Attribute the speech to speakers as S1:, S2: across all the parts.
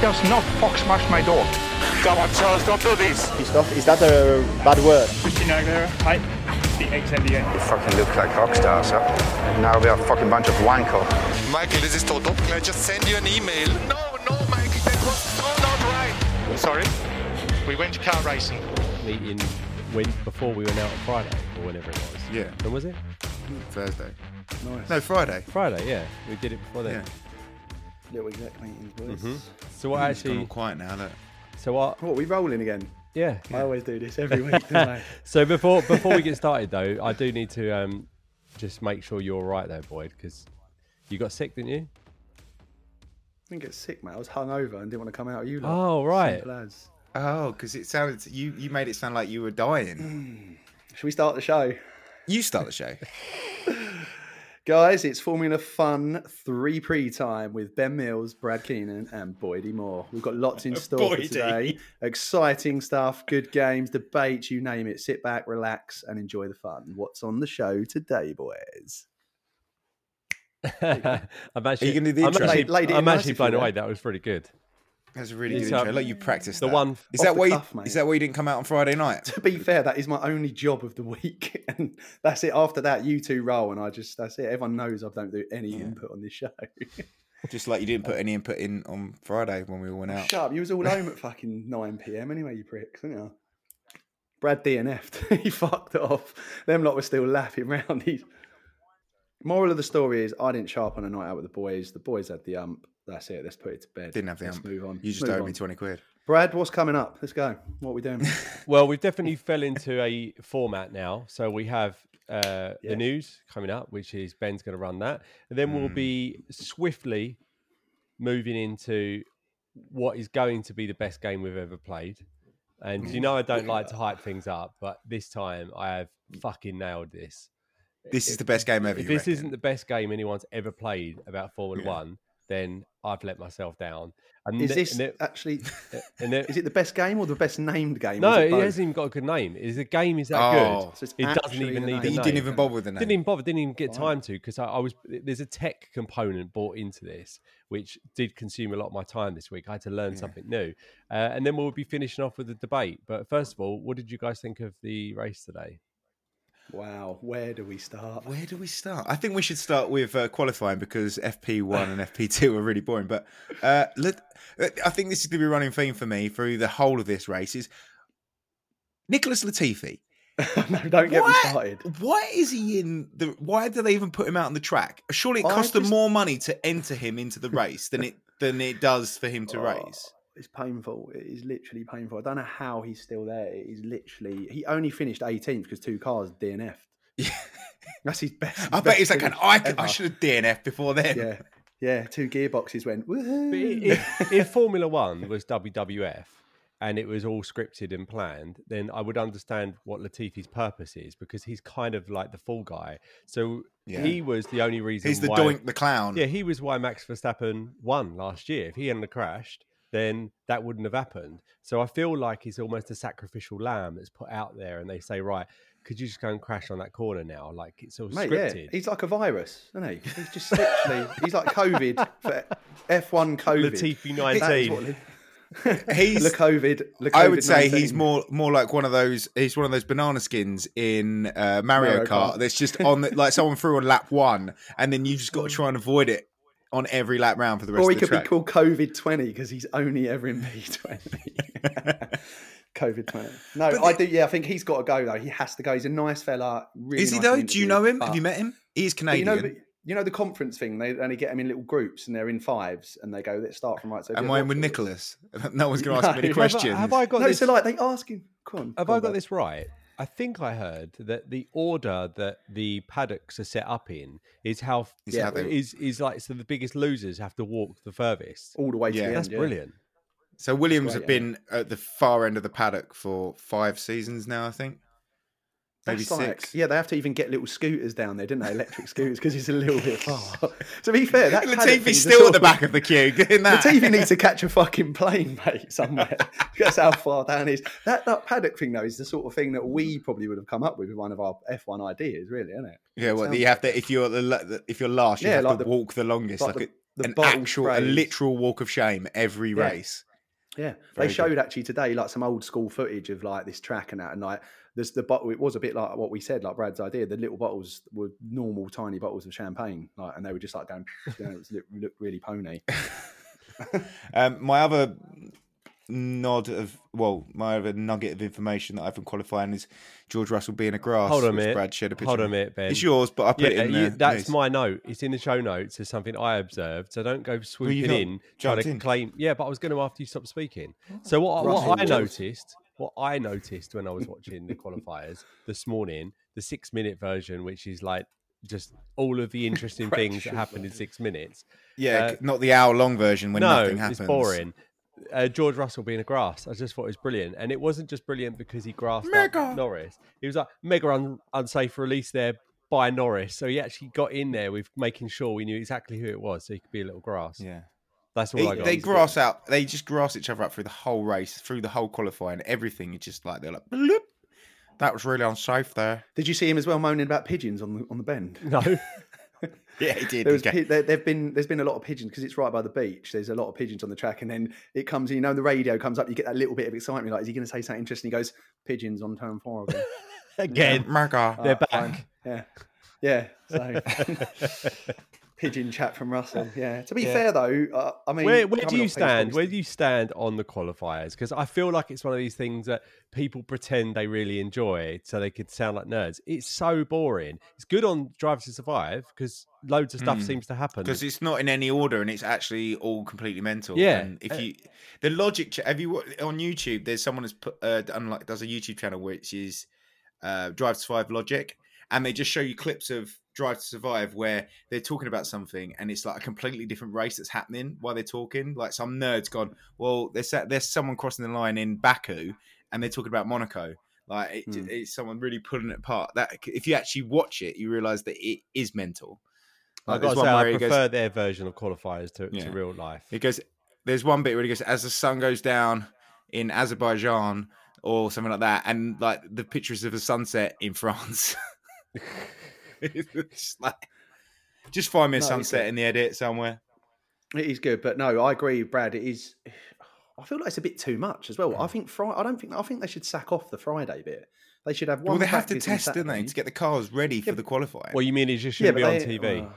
S1: does not fox smash my door.
S2: Come on, Charles, don't do this.
S3: Is that, is that a bad word?
S1: Christina Aguilera, hi. The ex-NBA.
S4: We fucking look like rock stars, huh? And now we are a fucking bunch of wanko.
S2: Michael, this is total. Can I just send you an email? No, no, Michael, that was so not right. Sorry? We went to car racing.
S5: meeting when before we went out on Friday or whenever it was.
S6: Yeah.
S5: When was it?
S6: Thursday. No, Friday.
S5: Friday, yeah. We did it before then.
S6: Yeah.
S7: Little exec meetings, boys.
S5: Mm-hmm. So I
S6: It's gone all
S5: actually
S6: quiet now. Look.
S5: so I
S7: What, we rolling again?
S5: yeah.
S7: I always do this every week, don't I?
S5: So before before we get started though, I do need to um just make sure you're all right there, Boyd, because you got sick, didn't you?
S7: I didn't get sick, mate. I was hungover and didn't want to come out. You lot.
S5: Oh right.
S7: Simple as.
S6: Oh, because it sounded you. You made it sound like you were dying.
S7: Should we start the show?
S6: You start the show.
S7: Guys, it's Formula Fun 3 pre time with Ben Mills, Brad Keenan, and Boydie Moore. We've got lots in store for
S6: Boydie.
S7: today. Exciting stuff, good games, debates, you name it. Sit back, relax, and enjoy the fun. What's on the show today, boys?
S5: I'm actually,
S6: Are you gonna do the
S5: I'm
S6: intro?
S5: actually,
S7: Laid- laid it
S5: I'm
S7: in nice
S5: actually
S7: if you
S5: blown
S7: were.
S5: away. That was pretty good.
S6: That's a really
S5: It's,
S6: good intro.
S5: um,
S6: Look, you practiced
S5: the
S6: that.
S5: one-
S6: Is
S7: Off the
S6: that why? You,
S7: cuff, mate.
S6: is that why you didn't come out on Friday night?
S7: To be fair, that is my only job of the week. And that's it. After that, you two roll, and I just, that's it. Everyone knows I don't do any input on this show.
S6: Just like you didn't put any input in on Friday when we all went out.
S7: Shut up. You was all home at fucking 9 p.m. anyway, you pricks, didn't you? Brad DNF'd. he fucked off. Them lot were still laughing round. He's... Moral of the story is I didn't show up on a night out with the boys. The boys had the ump. That's it. Let's put it to bed.
S6: Didn't have the
S7: Let's
S6: ump.
S7: move on.
S6: You just
S7: Move
S6: owed
S7: on.
S6: me twenty quid.
S7: Brad, what's coming up? Let's go. What are we doing?
S5: Well, we've definitely fell into a format now. So we have uh,
S7: Yeah.
S5: the news coming up, which is Ben's going to run that. And then we'll be
S7: Mm.
S5: swiftly moving into what is going to be the best game we've ever played. And you know, I don't like to hype things up, but this time I have fucking nailed this.
S6: This is the best game ever.
S5: If
S6: you
S5: this
S6: reckon?
S5: isn't the best game anyone's ever played about Formula One, then I've let myself down. And
S7: Is
S5: th-
S7: this
S5: and it-
S7: actually,
S5: and it-
S7: is it the best game or the best named game? Or
S5: no,
S7: is
S5: it
S7: both?
S5: hasn't even got a good name. Is the game is that
S6: Oh.
S5: good?
S7: So it's
S5: it doesn't
S7: actually
S5: even
S7: the
S5: need.
S7: name.
S5: a
S6: you
S5: name.
S6: didn't even bother with the name.
S5: Didn't even bother. Didn't even get
S7: Wow.
S5: time to because I, I was. There's a tech component bought into this, which did consume a lot of my time this week. I had to learn something new, uh, and then we'll be finishing off with the debate. But first of all, what did you guys think of the race today?
S7: Wow. Where do we start?
S6: Where do we start? I think we should start with uh, qualifying because FP1 and FP2 are really boring. But uh, let, I think this is going to be a running theme for me through the whole of this race is Nicholas Latifi.
S7: no, don't get
S6: What?
S7: me started.
S6: Why is he in the? Why do they even put him out on the track? Surely it
S7: I
S6: cost them
S7: just-
S6: more money to enter him into the race than it than it does for him to
S7: Oh.
S6: race.
S7: It's painful. It is literally painful. I don't know how he's still there. It is literally. He only finished 18th because two cars DNF'd. That's his best.
S6: I
S7: his
S6: bet
S7: best
S6: he's like, an,
S7: finish
S6: I, could- I
S7: ever."
S6: should have DNF before then.
S7: Yeah, yeah. Two gearboxes went. Woohoo!
S5: But i- if, if Formula One was WWF and it was all scripted and planned, then I would understand what Latifi's purpose is because he's kind of like the fall guy. So
S6: Yeah.
S5: he was the only reason.
S6: He's the
S5: why,
S6: doink, the clown.
S5: Yeah, he was why Max Verstappen won last year. If he hadn't have crashed, then that wouldn't have happened. So I feel like he's almost a sacrificial lamb that's put out there, and they say, right, could you just go and crash on that corner now? Like it's all
S7: Mate, yeah,
S5: scripted.
S7: he's like a virus, isn't he? He's just literally. he's like COVID for F1 COVID.
S5: Latifi
S7: That is what
S5: nineteen.
S7: Li-
S6: He's
S7: Le COVID. Le
S6: I would say
S7: COVID-19.
S6: he's more more like one of those. He's one of those banana skins in uh, Mario,
S7: Mario
S6: Kart,
S7: Kart.
S6: that's just on the, like someone threw on lap one, and then you just got to try and avoid it on every lap round for the rest
S7: Mm. Or he
S6: of the
S7: could
S6: track.
S7: be called COVID 20 because he's only ever in P20. COVID 20. No, I do. Yeah, I think he's got to go, though. He has to go. He's a nice fella. Really
S6: Is he
S7: nice
S6: though?
S7: in
S6: Do you
S7: interview,
S6: know him?
S7: but-
S6: Have you met him? He is
S7: but
S6: Canadian.
S7: You know, the, you know the conference thing? They only get them in little groups and they're in fives and they go, let's start from right. So
S6: Am
S7: yeah,
S6: I in with
S7: what-
S6: Nicholas? No one's going to ask him any
S7: No.
S6: questions.
S5: Have I got
S7: No,
S5: this?
S7: so like they ask him, come on.
S5: Have
S7: come
S5: I
S7: on,
S5: got
S7: bud."
S5: this right? I think I heard that the order that the paddocks are set up in is how
S6: Is how they-
S5: is is like so the biggest losers have to walk the furthest.
S7: All the way
S6: Yeah.
S7: to the
S5: That's
S7: end. yeah.
S5: brilliant.
S6: So Williams
S7: That's
S6: have
S7: right, yeah.
S6: been at the far end of the paddock for five seasons now, I think. Maybe
S7: That's like-
S6: six.
S7: yeah, they have to even get little scooters down there, didn't they? Electric scooters because it's a little bit far. to be fair, that paddock
S6: Latifi's
S7: thing's a
S6: Oh. still at
S7: sort
S6: the
S7: of-
S6: back of the queue. Getting that.
S7: The TV needs to catch a fucking plane, mate, somewhere. That's how far down it is. That, that paddock thing, though, is the sort of thing that we probably would have come up with with one of our F1 ideas, really, isn't it?
S6: Yeah, well, you have to if you're the, la- if you're last, you
S7: Yeah,
S6: have
S7: like
S6: to
S7: the-
S6: walk the longest.
S7: like
S6: Like,
S7: the-
S6: it-
S7: the
S6: an
S7: bottle
S6: actual, a
S7: sprays.
S6: literal walk of shame every
S7: Yeah.
S6: race.
S7: Yeah,
S6: Very
S7: they
S6: good.
S7: showed actually today like some old school footage of like this track and that, and like there's the bottle. It was a bit like what we said, like Brad's idea. The little bottles were normal tiny bottles of champagne, like, and they were just like down. You know, it was, looked, looked really pony.
S6: Um, my other nod of well, my other nugget of information that I've been qualifying is George Russell being a grass.
S5: Hold on a
S6: which
S5: minute.
S6: Brad shared a picture.
S5: Hold on a
S6: of.
S5: minute, Ben.
S6: It's yours, but I put
S5: yeah,
S6: it in
S5: you-
S6: there.
S5: that's
S6: Nice.
S5: my note. It's in the show notes. It's something I observed. So don't go swooping
S6: not
S5: in trying
S6: jumped
S5: to
S6: in.
S5: claim. Yeah, but I was going to after you stopped speaking. So what, what I noticed, what I noticed when I was watching the qualifiers this morning, the six minute version, which is like just all of the interesting things that happened in six minutes.
S6: Yeah,
S5: Uh,
S6: c- not the hour long version when
S5: no,
S6: nothing happens.
S5: it's boring. Uh, George Russell being a grass, I just thought it was brilliant, and it wasn't just brilliant because he grassed up Norris. He was like mega un- unsafe release there by Norris, so he actually got in there with making sure we knew exactly who it was, so he could be a little grass.
S6: Yeah.
S5: that's all I
S6: They,
S5: got.
S6: they grass out. They just grass each other up through the whole race, through the whole qualifying, everything. It's just like they're like, bloop. That was really unsafe there.
S7: Did you see him as well moaning about pigeons on the on the bend?
S5: no,
S6: Yeah, he did.
S7: There was pi- there, there've been there's been a lot of pigeons because it's right by the beach. There's a lot of pigeons on the track, and then it comes. You know, the radio comes up. You get that little bit of excitement. Like, is he going to say something interesting? He goes, pigeons on turn four again.
S5: again they're back.
S7: Yeah. Yeah. So pigeon chat from Russell. Yeah. To be fair though, uh, I mean,
S5: Where, where do
S7: coming
S5: you
S7: off things probably
S5: stand? Where
S7: still-
S5: do you stand on the qualifiers? Because I feel like it's one of these things that people pretend they really enjoy so they could sound like nerds. It's so boring. It's good on Drive to Survive because loads of stuff
S6: Hmm.
S5: seems to happen.
S6: because it's not in any order and it's actually all completely mental.
S5: Yeah.
S6: and
S5: Uh,
S6: if you the logic, ch- have you wa- on YouTube? There's someone that's put uh, done like does a YouTube channel which is uh, Drive to Survive logic, and they just show you clips of Drive to Survive where they're talking about something and it's like a completely different race that's happening while they're talking. Like some nerd's gone, well, there's that- there's someone crossing the line in Baku and they're talking about Monaco. Like it,
S7: Hmm.
S6: it's someone really pulling it apart. That if you actually watch it, you realize that it is mental.
S5: I've
S6: Like
S5: got
S6: there's
S5: to
S6: one
S5: say,
S6: where
S5: I
S6: he goes,
S5: prefer their version of qualifiers to,
S6: Yeah.
S5: to real life.
S6: It goes. There's one bit where it goes as the sun goes down in Azerbaijan or something like that, and like the pictures of a sunset in France. it's just like, just find me a
S7: No, it's
S6: sunset
S7: good.
S6: in the edit somewhere.
S7: It is good, but no, I agree, with Brad. It is. I feel like it's a bit too much as well. I think Friday. I don't think. I think they should sack off the Friday bit. They should have one.
S6: well, they have to
S7: practice on
S6: test, don't they,
S7: Saturday.
S6: to get the cars ready for the qualifying.
S5: Well, you mean it just shouldn't
S7: but
S5: be
S7: they-
S5: on TV?
S7: uh,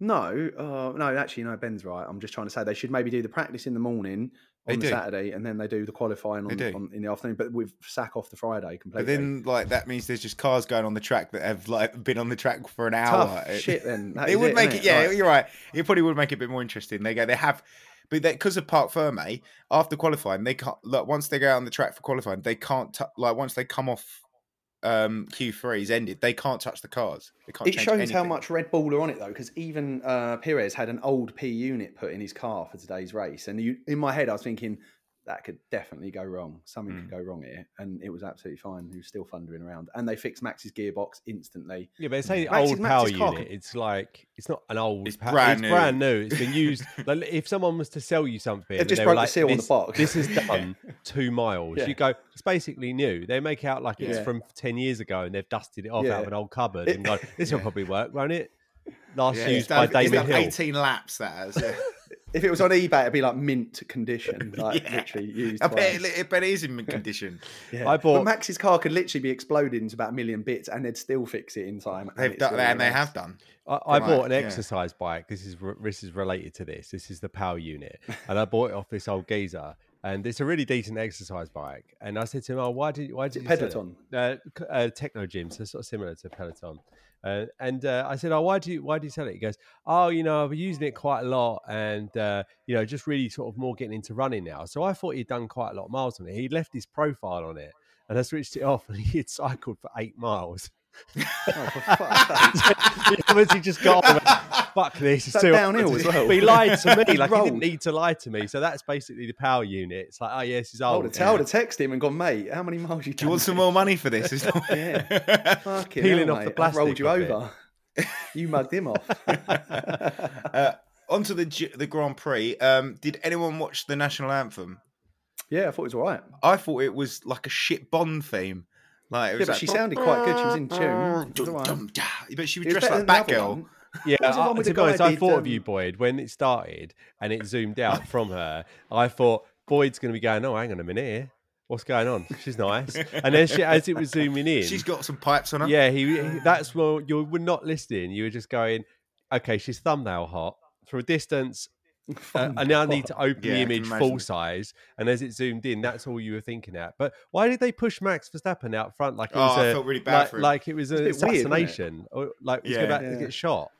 S7: no, uh, no. Actually, no. Ben's right. I'm just trying to say they should maybe do the practice in the morning
S6: They
S7: on the
S6: do.
S7: Saturday, and then they do the qualifying on,
S6: They do.
S7: on, in the afternoon. But with sack off the Friday completely.
S6: but then, like that means there's just cars going on the track that have like been on the track for an hour.
S7: tough
S6: It-
S7: shit. Then That
S6: It
S7: is
S6: would make
S7: innit?
S6: it, yeah,
S7: Like-
S6: you're right. It probably would make it a bit more interesting. They go, they have, but because of Park Ferme, after qualifying, they can't, like, once they go out on the track for qualifying, they can't, tou- like, once they come off um Q3's ended, they can't touch the cars. They can't
S7: It
S6: change
S7: shows how
S6: anything.
S7: much Red Bull are on it though, because even uh, Perez had an old P unit put in his car for today's race, and you, in my head I was thinking that could definitely go wrong. Something
S5: Hmm.
S7: could go wrong here, and it was absolutely fine. He was still thundering around, and they fixed Max's gearbox instantly.
S5: Yeah, but it's saying
S7: Max's-
S5: old power
S7: Max's car
S5: unit.
S7: can-
S5: It's like it's not an old.
S6: It's
S5: pa-
S6: brand
S5: it's
S6: new.
S5: brand new. It's been used. like, if someone was to sell you something,
S7: They've just
S5: they were
S7: broke the
S5: like,
S7: seal on the
S5: this,
S7: box."
S5: This is done two miles.
S7: Yeah.
S5: You go. It's basically new. They make it out like it's
S7: Yeah.
S5: from ten years ago, and they've dusted it off
S7: Yeah.
S5: out of an old cupboard
S7: It-
S5: and go. This will probably work, won't it? Last
S6: Yeah,
S5: used
S6: it's
S5: by
S6: done, it's
S5: David
S6: done
S5: Hill.
S6: 18 laps that has. Yeah.
S7: If it was on eBay, it'd be like mint condition, like literally used.
S6: I
S7: by-
S6: bet it, I bet it is in mint condition.
S7: yeah.
S5: I bought-
S7: But Max's car could literally be exploded into about a million bits, and they'd still fix it in time. and
S6: They've
S7: it's
S6: done
S7: still
S6: and they
S7: nice.
S6: have done.
S5: I, I
S6: Right,
S5: bought an
S6: yeah.
S5: exercise bike. This is re- this is related to this. This is the power unit, and I bought it off this old geezer. And it's a really decent exercise bike. And I said to him, "Oh, why did why
S7: it
S5: did you sell
S7: Peloton?
S5: Uh, c- uh, Techno Gym, so sort of similar to Peloton." Uh, and uh, I said, "Oh, why do you why do you sell it?" He goes, "Oh, you know, I've been using it quite a lot, and uh, you know, just really sort of more getting into running now." So I thought he'd done quite a lot of miles on it. He left his profile on it, and I switched it off, and he had cycled for eight miles. Oh, he obviously just got on and went, fuck this. It's
S7: That
S5: too
S7: downhill as well.
S5: But he lied to me. Like, he
S7: Rolled.
S5: didn't need to lie to me. So that's basically the power unit. It's like, oh, yeah, this is
S7: I
S5: old.
S7: would have, I would have texted him and gone, mate, how many miles you
S6: Do you want some more money for this? It's not-
S7: Yeah. Fucking
S5: Peeling
S7: hell,
S5: off the
S7: mate. I've rolled
S5: plastic
S7: you
S5: of it.
S7: over. you mugged him off.
S6: Onto the G- the Grand Prix. Um, did anyone watch the national anthem?
S7: yeah, I thought it was all right.
S6: I thought it was like a shit Bond theme. Like, it
S7: Yeah,
S6: was
S7: but
S6: like,
S7: she sounded quite good. She was in tune. It was all right.
S6: Dum, dum, da. But she was
S7: It was
S6: dressed
S7: better
S6: like
S7: than the other
S6: Batgirl.
S7: one.
S5: Yeah,
S7: was the
S5: I-
S7: one with
S5: to
S7: the
S5: be honest,
S7: guy
S5: I
S7: did,
S5: thought
S7: um,
S5: of you, Boyd, when it started and it zoomed out from her. I thought Boyd's going to be going, "Oh, hang on a minute here, what's going on? She's nice." And then she, as it was zooming in,
S6: She's got some pipes on her.
S5: yeah, he, he- that's well, you were not listening. You were just going, "Okay, she's thumbnail hot from a distance." uh, I now need to open
S6: Yeah, I
S5: the
S6: can
S5: image
S6: imagine
S5: full
S6: it.
S5: size, and as it zoomed in, that's all you were thinking at. But why did they push Max Verstappen out front like it
S6: Oh,
S5: was
S6: I
S5: a-
S6: felt really bad
S5: like,
S6: for him.
S5: like it was an
S7: It's a bit weird, isn't it?
S5: assassination, or like it was
S6: Yeah.
S5: about to
S7: Yeah.
S5: get shot?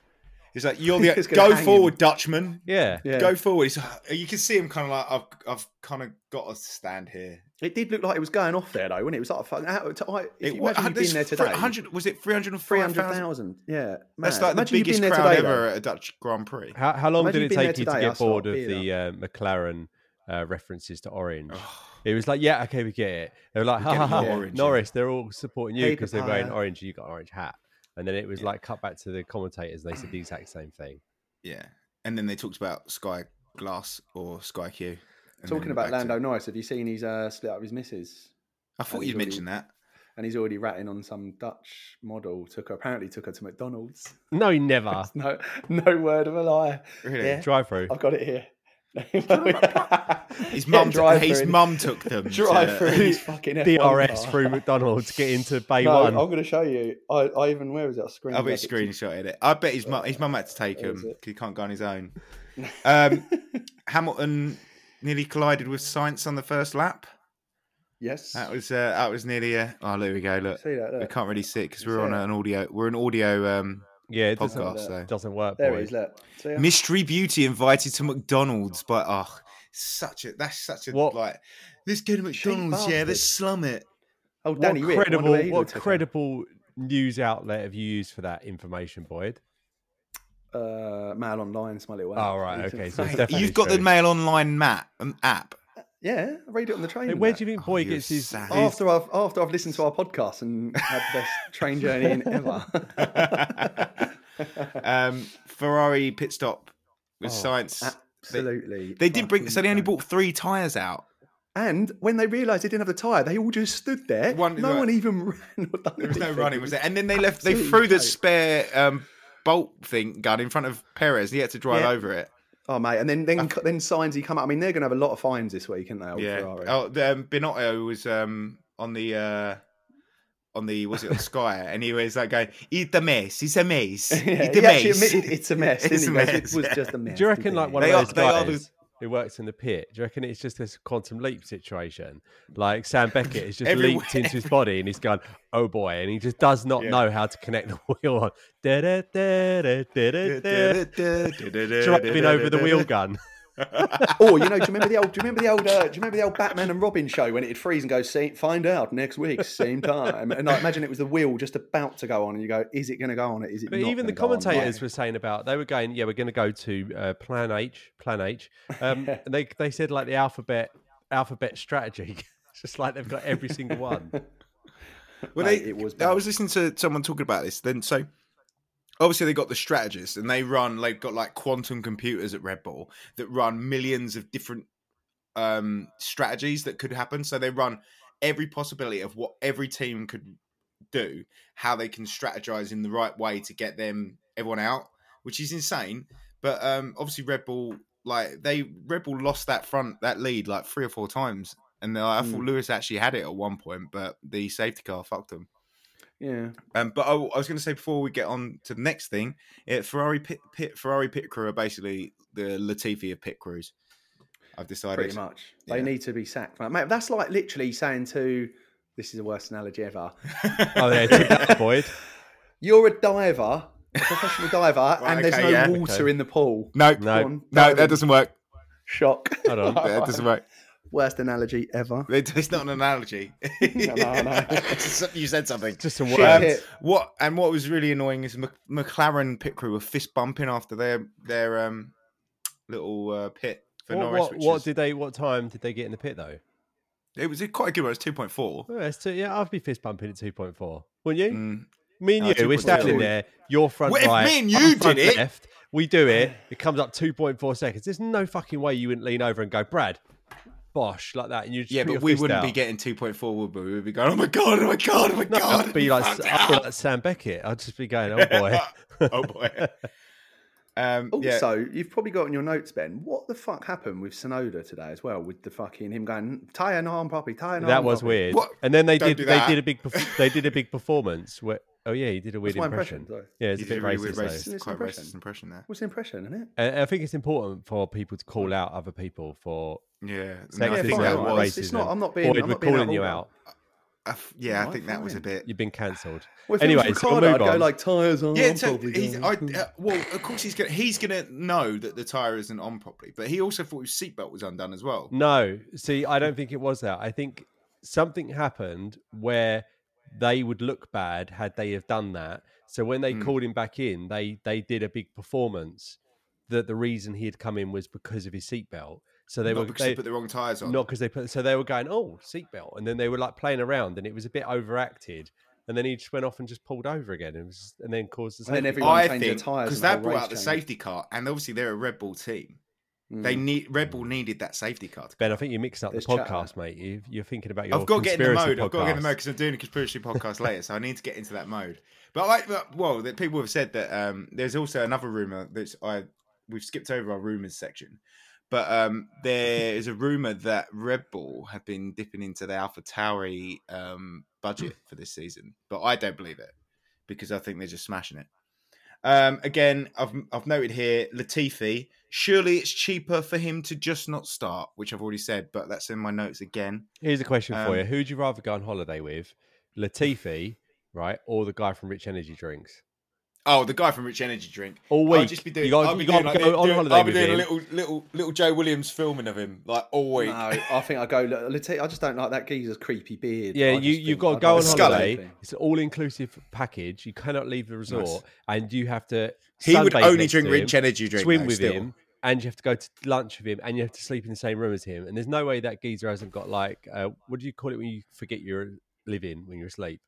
S6: He's like, you're the
S7: He's gonna
S6: go
S7: hang
S6: forward,
S7: him.
S6: Dutchman.
S5: Yeah,
S7: Yeah.
S6: Go forward. He's, you can see him kind of like, I've, I've kind of got to stand here.
S7: It did look like it was going off there, though, wouldn't it? It was like a fucking. How, to, I, if
S6: It
S7: you
S6: wa-
S7: imagine you've
S6: this
S7: been there
S6: fr-
S7: today,
S6: 100 was it 305,000?
S7: 300,000. Yeah.
S6: That's
S7: mad.
S6: like the
S7: imagine you've
S6: biggest
S7: been there
S6: crowd
S7: today,
S6: ever
S7: though.
S6: at a Dutch Grand Prix.
S5: How, how long
S7: Imagine
S5: did
S7: you've
S5: it
S7: been there
S5: take you to
S7: today, I
S5: get
S7: saw
S5: bored of
S7: it
S5: the uh, McLaren uh, references to Orange? It was like, yeah, okay, we get it. They were like, ha,
S6: get
S5: ha,
S6: it,
S5: ha,
S6: you're orange, yeah.
S5: Norris, they're all supporting you
S7: Hey,
S5: because they're wearing
S7: papaya.
S5: orange. You got an orange hat, and then it was like cut back to the commentators. They said the exact same thing.
S6: Yeah. And then they talked about Sky Glass or Sky Q. and
S7: Talking
S6: then
S7: about
S6: back to-
S7: Lando Norris, have you seen he's uh, split up with his missus?
S6: I thought
S7: and
S6: you'd
S7: he's already-
S6: mention that.
S7: And he's already ratting on some Dutch model. Took her, apparently took her to McDonald's.
S5: No, he never
S7: No, no word of a lie.
S6: Really?
S7: Yeah.
S5: drive through.
S7: I've got it here.
S6: His
S7: his
S6: mum, took his mum took them.
S7: drive through
S6: to-
S7: his fucking F1
S5: DRS
S7: car.
S5: through McDonald's, get into Bay
S7: No,
S5: One.
S7: I'm going to show you. I, I even where is that screen?
S6: I bet he screenshotted it. I bet his mum, his mum had to take him
S7: is
S6: because
S7: it?
S6: he can't go on his own. Um, Hamilton nearly collided with Science on the first lap.
S7: Yes.
S6: That was uh, that was nearly a. Oh, there we go. Look,
S7: See that?
S6: we
S7: Look.
S6: can't really see it because
S7: You
S6: we're
S7: see
S6: on
S7: it?
S6: an audio. We're an audio um,
S5: yeah, it doesn't,
S6: podcast. So.
S5: doesn't work.
S7: There
S5: boy.
S7: it is. uh, Look. See ya?
S6: Mystery Beauty invited to McDonald's, but oh, such a that's such a
S5: What?
S6: like. Let's go to McDonald's. Yeah, let's slum it.
S7: Oh,
S5: What
S7: Danny Rick. wonder
S5: credible,
S7: where he
S5: what
S7: looked at her.
S5: credible news outlet have you used for that information, Boyd?
S7: Uh, Mail Online, Smiley Away.
S5: Oh, right,
S7: It's in-
S5: okay, so it's
S6: Mate,
S5: definitely
S6: You've got the
S5: true.
S6: Mail Online map um, app.
S7: yeah, I read it on the train.
S5: Hey,
S7: and
S5: where
S7: that.
S5: do you think
S6: Oh,
S5: Boy
S6: you're
S5: gets his,
S6: sad.
S5: his
S7: After I've after I've listened to our podcast and had the best train journey in ever.
S6: um, Ferrari pit stop with science.
S7: Absolutely.
S6: They did bring. So they only
S7: fucking
S6: brought three tires out.
S7: And when they realised they didn't have the tyre, they all just stood there.
S6: One-
S7: no
S6: right.
S7: one even ran. Or done
S6: There was no
S7: anything.
S6: running, was there? And then they left. They
S7: Absolutely
S6: threw the
S7: no.
S6: spare um, bolt thing gun in front of Perez. He had to drive
S7: Yeah.
S6: over it.
S7: Oh mate, and then then then signs he come out. I mean, they're going to have a lot of fines this week, aren't they? Old
S6: yeah.
S7: Ferrari?
S6: Oh, the, um, Binotto was um, on the uh, on the was it on Sky, and he was like going, "It's a mess. It's a mess.
S7: yeah,
S6: It's
S7: he
S6: a
S7: actually
S6: mess."
S7: admitted it's a mess.
S6: It's
S7: didn't he?
S6: a
S7: He goes,
S6: mess,
S7: It was
S6: yeah.
S7: just a mess.
S5: Do you reckon
S7: didn't
S5: like
S7: it?"
S5: one
S6: They
S5: of
S6: are-
S5: those
S6: they are the-
S5: guys who works in the pit? Do you reckon it's just this quantum leap situation? Like Sam Beckett has just
S6: Everywhere-
S5: leaped into his body and he's gone, oh boy, and he just does not know how to connect the wheel on. Driving over the wheel gun.
S7: Or Oh, you know, do you remember the old? Do you remember the old? Uh, do you remember the old Batman and Robin show when it'd freeze and go? See, find out next week, same time. And I imagine it was the wheel just about to go on, and you go, "Is it going to go on? It is it?"
S5: But
S7: not
S5: even the
S7: gonna go on?
S5: commentators
S7: Like,
S5: were saying about they were going, yeah, we're going to go to uh, Plan H, Plan H. Um, and they they said like the alphabet alphabet strategy. It's just like they've got every single one.
S6: Well,
S7: Mate,
S6: they,
S7: it was
S6: I
S7: bad.
S6: was listening to someone talking about this. Then, so obviously they got the strategists, and they run. They've got like quantum computers at Red Bull that run millions of different um strategies that could happen. So they run every possibility of what every team could do, how they can strategize in the right way to get them everyone out, which is insane. But um obviously Red Bull, like they Red Bull lost that front that lead like three or four times. And they're like, I
S7: Mm.
S6: thought Lewis actually had it at one point, but the safety car fucked them.
S7: yeah,
S6: Um, but I, I was going to say before we get on to the next thing, uh Ferrari pit, pit Ferrari pit crew are basically the Latifi of pit crews. I've
S7: pretty
S6: decided.
S7: much. They
S6: Yeah.
S7: need to be sacked, mate. Mate, that's like literally saying to. This is the worst analogy ever.
S5: Oh, yeah, take that, Boyd.
S7: You're a diver, a professional diver, and there's
S6: okay,
S7: no
S6: yeah.
S7: water
S5: Okay.
S7: in the pool.
S6: No,
S5: No.
S7: Go on,
S6: no,
S7: dive in.
S6: that doesn't work.
S7: Shock.
S5: Hold on.
S6: That doesn't work.
S7: Worst analogy ever.
S6: It- It's not an analogy.
S7: no, no.
S6: you said something.
S5: Just some
S7: Shit.
S5: words.
S6: Um, what and what was really annoying is Mc, McLaren pit crew were fist bumping after their their um little uh, pit for
S5: what,
S6: Norris.
S5: what,
S6: which
S5: what
S6: is-
S5: did they? What time did they get in the pit though?
S6: it was quite a good one. It was two point four.
S5: Oh, that's two, yeah, I'd be fist bumping at two point four, wouldn't you? Me and
S6: Mm. No,
S5: you, we're
S6: 2.2.
S5: standing there. Your front
S6: Well, if
S5: right,
S6: me and you
S5: I'm front
S6: did it-
S5: left, we do it. It comes up two point four seconds. There's no fucking way you wouldn't lean over and go, Brad, bosh, like that, and you just
S6: Yeah,
S5: put
S6: but
S5: your
S6: we
S5: fist
S6: wouldn't
S5: out.
S6: be getting two point four, would we? We'd be going, oh my god, oh my god, oh my
S5: No,
S6: god.
S5: I'd be like, I'd be like Sam Beckett. I'd just be going, oh boy.
S6: oh boy. Um, yeah.
S7: Also, you've probably got in your notes, Ben. What the fuck happened with Sonoda today as well? With the fucking him going tie an arm, puppy, tie an arm.
S5: That was
S7: puppy."
S5: weird.
S6: What?
S5: And then they
S6: Don't
S5: did
S6: do
S5: they
S6: that.
S5: did a big perf- they did a big performance where oh yeah he did a weird
S7: my
S5: impression.
S7: impression, sorry.
S5: Yeah, it's
S6: You
S5: a
S6: did
S5: bit
S6: a really
S5: racist.
S6: weird
S5: though.
S6: racist,
S7: It's
S6: quite
S7: impression.
S6: racist impression there.
S7: What's the impression, isn't it?
S5: And I think it's important for people to call out other people for
S6: Yeah, no, I
S5: sexism
S6: think
S7: fine,
S6: that
S5: and
S7: right.
S6: was.
S7: It's
S5: racism.
S7: not- I'm not being-
S5: Boyd,
S7: I'm
S5: we're
S7: not being
S5: calling
S7: that
S5: you
S7: all-
S5: out.
S6: I f- yeah, I
S7: Right,
S6: think that was a
S7: fine.
S6: bit.
S5: You've been
S7: Well,
S5: cancelled.
S7: if it was
S5: anyway, so we'll
S7: Ricardo,
S5: move
S7: I'd
S5: on.
S7: go like tires on.
S6: Yeah,
S7: I'm
S6: so
S7: probably
S6: he's,
S7: going.
S6: I, uh, well, of course he's gonna he's gonna know that the tire isn't on properly, but he also thought his seatbelt was undone as well.
S5: No, see, I don't think it was that. I think something happened where they would look bad had they have done that. So when
S7: Hmm.
S5: they called him back in, they they did a big performance that the reason he had come in was because of his seatbelt. So they
S6: Not
S5: were
S6: because
S5: they,
S6: he put the wrong tires on.
S5: not because they put so they were going oh seatbelt and then they were like playing around and it was a bit overacted and then he just went off and just pulled over again and, was, and then caused the
S7: And then
S5: safety
S7: everyone-
S5: car.
S6: I
S7: change their
S6: think
S7: tyres
S6: because
S7: and the
S6: they
S7: whole
S6: brought
S7: race
S6: out the
S7: change.
S6: safety car, and obviously they're a Red Bull team.
S7: Mm.
S6: They need
S5: Mm.
S6: Red Bull needed that safety car. To
S5: Ben I think you mixed up
S7: There's
S5: the
S7: chat.
S5: podcast mate you, you're thinking about your
S6: I've got to get in the
S5: conspiracy
S6: mode. I've got to get in the
S5: podcast.
S6: mode because I'm doing a conspiracy podcast later, so I need to get into that mode. But like, but, well, that people have said that um, there's also another rumor that's I we've skipped over our rumors section, but um, there is a rumor that Red Bull have been dipping into their Alpha Tauri um, budget for this season, but I don't believe it because I think they're just smashing it. Um, again, I've I've noted here Latifi. Surely it's cheaper for him to just not start, which I've already said, but that's in my notes again.
S5: Here's a question
S6: Um,
S5: for you: Who would you rather go on holiday with, Latifi, right, or the guy from Rich Energy Drinks?
S6: Oh, the guy from Rich Energy Drink.
S5: All
S6: I'll
S5: week.
S6: just be doing.
S5: You gotta-
S6: I'll be
S5: you gotta
S6: doing like
S5: go
S6: this,
S5: on
S6: doing-
S5: holiday
S6: I'll be
S5: with
S6: doing a
S5: him.
S6: little, little, little Joe Williams filming of him like all week.
S7: No, I think I go. "Look, Let's take- I just don't like that geezer's creepy beard.
S5: Yeah,
S7: I
S5: you
S7: just
S5: you've
S7: think
S5: got to
S7: I'd
S5: go on
S7: rather
S6: Scully.
S5: holiday.
S7: Sonoda.
S5: It's an all-inclusive package. You cannot leave the resort, and you have to.
S6: He would
S5: sunbathe
S6: only
S5: next
S6: drink
S5: to
S6: Rich
S5: him,
S6: Energy drink,
S5: Swim
S6: though,
S5: with
S6: still.
S5: him, and you have to go to lunch with him, and you have to sleep in the same room as him. And there's no way that geezer hasn't got like uh, what do you call it when you forget you're living when you're asleep?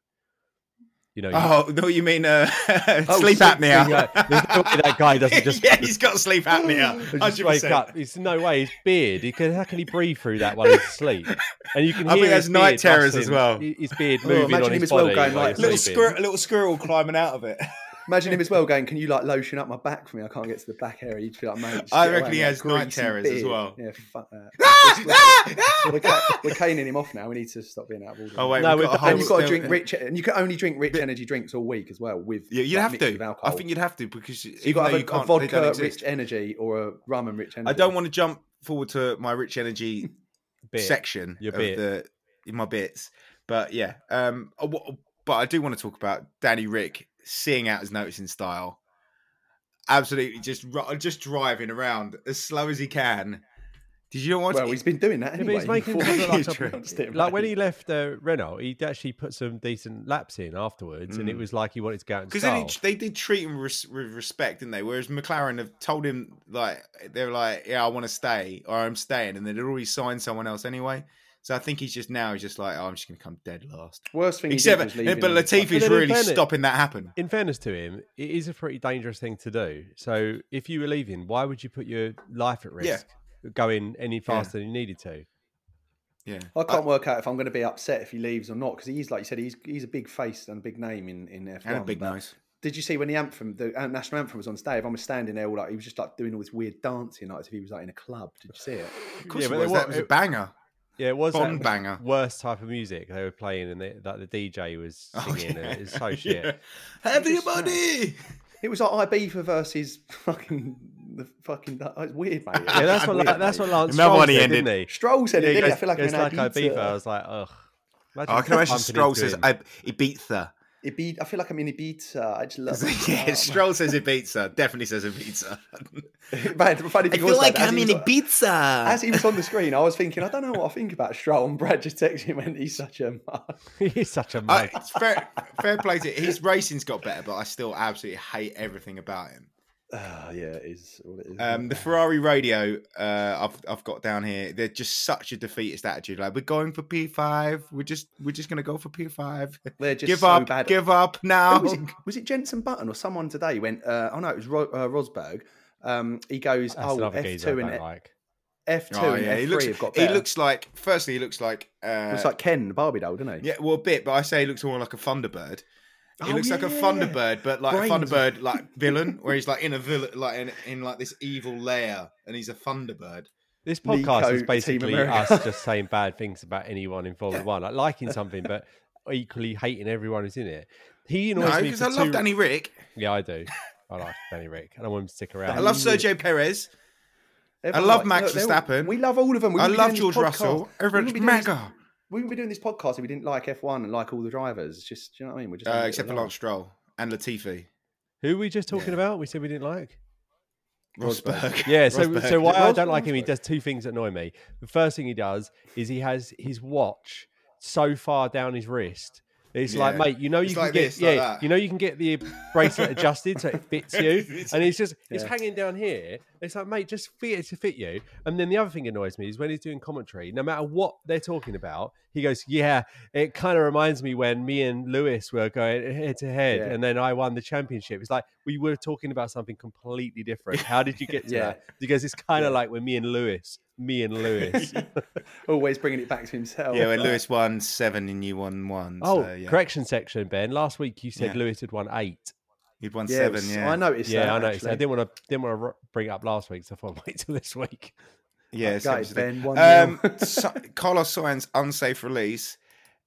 S5: You know. you-
S6: Oh, no, you mean uh, sleep
S5: sleep
S6: apnea?
S5: apnea. Oh, There's no way that guy doesn't just-
S6: yeah, he's got sleep apnea.
S5: They just
S6: 100%.
S5: wake up. It's no way his beard. He can, how can he breathe through that while he's asleep? And you can.
S6: I
S5: hear
S6: think
S5: his
S6: that's night
S5: beard
S6: terrors as
S5: rustling,
S6: well.
S5: hi- His beard
S7: Oh,
S5: moving
S7: imagine
S5: on
S7: him
S5: his
S7: as well
S5: body.
S7: going
S5: while
S7: like-
S5: you're
S6: Little
S5: sleeping.
S6: squirrel, little squirrel climbing out of it.
S7: Imagine him as well going, "Can you like lotion up my back for me? I can't get to the back area." You'd feel like, "Mate, just
S6: I
S7: get
S6: reckon
S7: away,
S6: he
S7: mate,
S6: has night
S7: greasy
S6: terrors as
S7: beard."
S6: well.
S7: Yeah, fuck that.
S6: Ah, ah, ah.
S7: we're, ca- we're caning him off now. We need to stop being out of order.
S6: Oh wait,
S5: No,
S6: we've
S5: we've
S6: got a
S5: got-
S6: whole-
S7: and you've got to drink
S6: no,
S7: rich, e, and you can only drink rich energy drinks all week as well. With
S6: Yeah, you'd
S7: like,
S6: have
S7: mixed with
S6: to. I
S7: alcohol.
S6: think you'd have to because
S7: you've
S6: even
S7: got
S6: though
S7: to
S6: you
S7: have a, a
S6: can't, they don't
S7: vodka
S6: exist.
S7: rich energy or a rum and rich energy.
S6: I don't want to jump forward to my rich energy
S5: Beard.
S6: section
S5: Your
S6: of
S5: bit.
S6: the in my bits. But yeah, um, I wa- but I do want to talk about Danny Rick seeing out his notice in style. Absolutely, just ru- just driving around as slow as he can. Did you know what?
S7: Well, he's been doing that
S5: Yeah, but
S7: anyway.
S5: he's making
S7: before-
S5: it look
S6: True.
S5: like, a- like when he left uh, Renault, he actually put some decent laps in afterwards, and it was like he wanted to go out in
S6: Mm. because
S5: style.
S6: they did, they did treat him res- with respect, didn't they? Whereas McLaren have told him like they're like, yeah, I want to stay or I'm staying, and they'd already signed someone else anyway. So I think he's just now he's just like, oh, I'm just gonna come dead last.
S7: Worst thing.
S6: Except,
S7: he did was leaving
S6: but
S7: him.
S5: But
S6: Latifi's
S5: then in
S6: really
S5: fairness-
S6: stopping that happen.
S5: in fairness to him, it is a pretty dangerous thing to do. So if you were leaving, why would you put your life at
S6: Yeah.
S5: risk going any faster than you needed to?
S6: Yeah,
S7: I can't work out if I'm going to be upset if he leaves or not because he's like you said, he's he's a big face and a big name in in F1.
S6: and a big
S7: but
S6: nose.
S7: Did you see when the anthem, the uh, national anthem was on stage? I was standing there, all like he was just like doing all this weird dancing, like as if he was like in a club. Did you see it?
S6: Of course
S5: Yeah,
S6: it
S5: but
S6: was.
S5: what-
S6: that was a banger.
S5: Yeah, it was that
S6: Bomb banger.
S5: worst type of music they were playing, and they, that the DJ was singing, and it was so shit.
S6: Yeah. Have your money.
S7: It was like Ibiza versus fucking the fucking. It's weird, mate.
S5: Yeah, that's what La- that's what Lance
S6: Remember
S5: Stroll
S6: when he
S5: said,
S6: ended-
S5: didn't he?
S7: Stroll said.
S5: Yeah,
S7: it,
S5: he
S7: didn't he? I
S5: goes,
S7: feel like
S5: it's
S7: I'm
S5: like
S7: in
S5: Ibiza. I
S7: Ibiza.
S5: was like, ugh.
S6: Oh, I can imagine
S5: bumping
S6: Stroll
S5: into
S6: says
S5: him.
S6: I, Ibiza.
S7: Ibi- I feel like I'm in Ibiza. I just love. it.
S6: yeah, Stroll says Ibiza. Definitely says Ibiza.
S7: Oh, Mate, the funny thing was, like, as he was-
S6: Ibiza.
S7: As he was on the screen, I was thinking, I don't know what I think about Stroll. And Brad just texted him and he's such a mug.
S5: he's such a
S6: I,
S5: mate.
S6: Uh, it's fair, fair play to his racing's got better, but I still absolutely hate everything about him.
S7: Ah, yeah, it is all it is.
S6: Um, the Ferrari radio, uh, I've I've got down here. They're just such a defeatist attitude. Like we're going for P five. We're just we're just gonna go for P five.
S7: They're just
S6: give
S7: so
S6: up,
S7: bad.
S6: give up
S7: Who
S6: now.
S7: was, it, was it Jensen Button or someone today went, uh, oh no, it was Ro- uh, Rosberg. Um, he goes,
S5: That's
S7: oh,
S5: another
S7: F2
S5: geezer I
S7: and
S5: don't
S7: F-
S5: like.
S7: F2
S6: Oh,
S7: and
S6: yeah,
S7: F3
S6: he looks.
S7: have got
S6: he
S7: better.
S6: looks like. Firstly, he looks like. Uh,
S7: Looks like Ken, the Barbie doll, doesn't he?
S6: yeah, well, a bit, but I say he looks more like a Thunderbird. He
S7: Oh,
S6: looks like a
S7: yeah.
S6: Thunderbird, but like
S7: Brains.
S6: a Thunderbird like villain, where he's like in a villain, like in, in like this evil lair, and he's a Thunderbird.
S5: This podcast is
S7: Team
S5: basically us
S7: America.
S5: just saying bad things about anyone in Formula One, like liking something, but equally hating everyone who's in it. He
S6: No,
S5: annoys me
S6: because
S5: for
S6: I love
S5: two-
S6: Danny Rick.
S5: Yeah, I do. I like Danny Rick, and I want him to stick around.
S6: I love Sergio Perez.
S7: Everyone
S6: love
S7: likes-
S6: Max
S7: they're all-
S6: Verstappen.
S7: We love all of them. We
S6: I
S7: wouldn't be
S6: love
S7: doing this
S6: George Russell.
S7: podcast- we wouldn't
S6: Everyone's
S7: be doing this-
S6: mega.
S7: We wouldn't be doing this podcast if we didn't like F1 and like all the drivers. It's just, do you know what I mean? We're just
S6: Uh,
S7: having a
S6: except for
S7: little
S6: Lance Stroll and Latifi.
S5: Who were we just talking about? We said we didn't like.
S6: Rosberg.
S5: Yeah, so,
S6: Rosberg.
S5: so why I
S6: Ros-
S5: don't like him, he does two things that annoy me. The first thing he does is he has his watch so far down his wrist. It's like,
S6: Yeah.
S5: mate, you know you
S6: It's
S5: can
S6: like
S5: get
S6: this,
S5: yeah,
S6: like that.
S5: you know you can get the bracelet adjusted so it fits you, and it's just it's hanging down here. It's like, mate, just fit it to fit you. And then the other thing that annoys me is when he's doing commentary, no matter what they're talking about, he goes, "Yeah, it kind of reminds me when me and Lewis were going head to head,
S7: Yeah.
S5: and then I won the championship." It's like we were talking about something completely different. How did you get to
S7: Yeah.
S5: that? Because it's kind of like when me and Lewis, me and Lewis.
S7: Always bringing it back to himself.
S6: Yeah, when Lewis won seven and you won one.
S5: oh,
S6: so, yeah.
S5: correction section, Ben. Last week you said
S6: Yeah.
S5: Lewis had won eight.
S6: He'd won
S7: Yeah, it
S6: seven.
S7: was-
S6: Yeah,
S7: I noticed
S5: yeah,
S7: that.
S5: I noticed. that. I
S7: actually.
S5: didn't want to didn't want to bring it up last week, so I thought I'd wait till this week.
S6: Yeah,
S7: That
S6: so
S7: guy,
S6: it's the thing.
S7: Ben, one
S6: um,
S7: nil.
S6: so- Carlos Sainz unsafe release,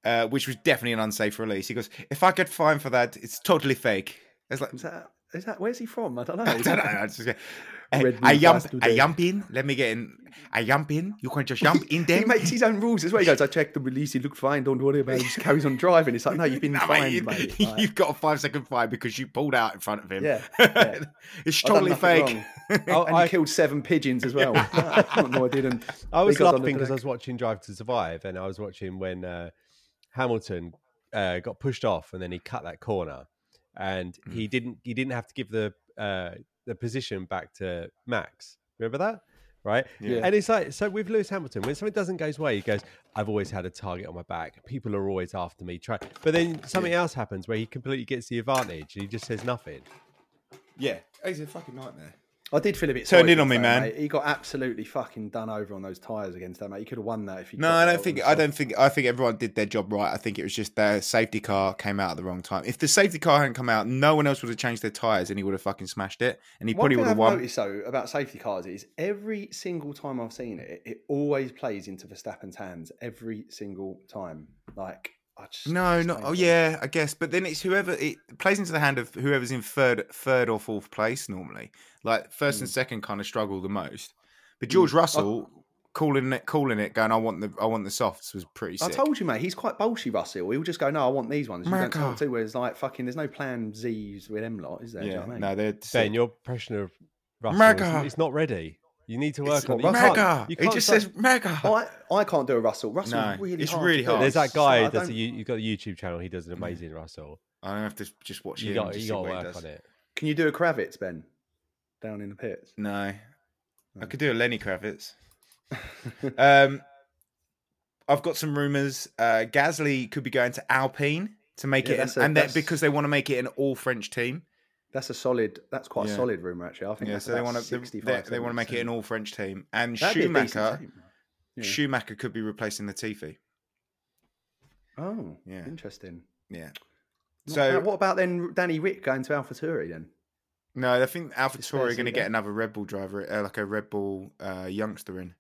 S6: uh, which was definitely an unsafe release. He goes, "If I get fined for that, it's totally fake." It's like,
S7: Is that, is that, where's he from? I don't know.
S6: I don't know. I just go, "Eh,
S7: Red
S6: I
S7: Bull
S6: jump,
S7: bastard.
S6: I jump in. Let me get in. I jump in. You can just jump in there.
S7: He makes his own rules as well. He goes, I checked the release, he looked fine, don't worry about it. He just carries on driving. It's like, no, you've been
S6: Nah, mate, you,
S7: fined, mate. Like,
S6: have got a five second fine because you pulled out in front of him.
S7: Yeah, yeah. I've
S6: it's
S7: done
S6: totally
S7: nothing
S6: fake.
S7: wrong.
S5: Oh,
S7: and
S5: I-
S7: he killed seven pigeons as well. no, I didn't.
S5: I was
S7: He got on the
S5: laughing because I
S7: track.
S5: was watching Drive to Survive, and I was watching when uh, Hamilton uh, got pushed off, and then he cut that corner, and he didn't he didn't have to give the uh, the position back to Max. Remember that, right?
S7: Yeah.
S5: And it's like so with Lewis Hamilton, when something doesn't go his way, he goes, "I've always had a target on my back. People are always after me." Try, but then something else happens where he completely gets the advantage. and He just says nothing.
S6: Yeah, it's a fucking nightmare.
S7: I did feel a bit
S6: Turned
S7: sorry
S6: in
S7: for
S6: on me,
S7: Fred,
S6: man.
S7: mate. He got absolutely fucking done over on those tyres against that, mate. He could have won that if he.
S6: No, I don't think I don't think I think everyone did their job right. I think it was just their safety car came out at the wrong time. If the safety car hadn't come out, no one else would have changed their tires, and he would have fucking smashed it, and he
S7: One
S6: probably
S7: thing
S6: would have
S7: I've
S6: won.
S7: noticed though about safety cars is every single time I've seen it, it always plays into Verstappen's hands every single time. Like I just
S6: No,
S7: just
S6: no.
S7: don't
S6: Oh
S7: get it.
S6: yeah, I guess. But then it's whoever it plays into the hand of whoever's in third, third or fourth place normally. Like first
S7: Mm.
S6: and second kind of struggle the most. But George Russell calling it, calling it, going, "I want the, I want the softs," was pretty
S7: I
S6: sick.
S7: told you, mate. He's quite bolshy, Russell. He'll just go, "No, I want these ones." You don't
S6: America.
S7: tell to. Whereas, like, fucking, there's no plan Z's with them lot, is there? Do you know
S6: yeah,
S7: what I mean?
S6: no, they're
S5: Ben,
S6: sick.
S5: your impression of Russell
S6: America.
S5: is, it's not ready. You need to work
S7: It's
S5: on it.
S7: not
S5: You can't-
S6: mega. He
S5: you can't
S6: just
S5: start-
S6: says mega.
S7: I, I can't do a Russell. Russell's
S6: No,
S7: really
S6: it's
S7: hard.
S6: really
S7: to do.
S6: hard.
S5: There's that
S7: Oh, So
S5: guy.
S7: I
S5: that's a,
S7: don't- Mm.
S5: you, you've got a YouTube channel. He does an amazing Russell.
S6: I don't have to just watch
S5: You
S6: him.
S5: got
S6: to
S5: you
S6: see
S5: got to
S6: what he
S5: work
S6: does.
S5: on it.
S7: Can you do a Kravitz, Ben? Down in the pits.
S6: No. I could do a Lenny Kravitz. um, I've got some rumours. Uh, Gasly could be going to Alpine to make
S7: Yeah,
S6: it, an,
S7: that's a-
S6: and that
S7: that's-
S6: because they want to make it an all French team.
S7: That's a solid. That's quite
S6: Yeah.
S7: a solid rumor, actually. I think.
S6: Yeah,
S7: that's
S6: so they
S7: about
S6: want to they,
S7: 65,
S6: they, want to make it an
S7: 70%.
S6: all French team. And
S7: That'd be a decent
S6: Schumacher,
S7: team. Yeah.
S6: Schumacher could be replacing Latifi.
S7: Oh,
S6: Yeah.
S7: interesting.
S6: Yeah.
S7: So,
S6: So
S7: what about then Danny Rick going to AlphaTauri then?
S6: no, I think AlphaTauri are
S7: Dispersing
S6: going to get
S7: them.
S6: another Red Bull driver, uh, like a Red Bull uh, youngster in.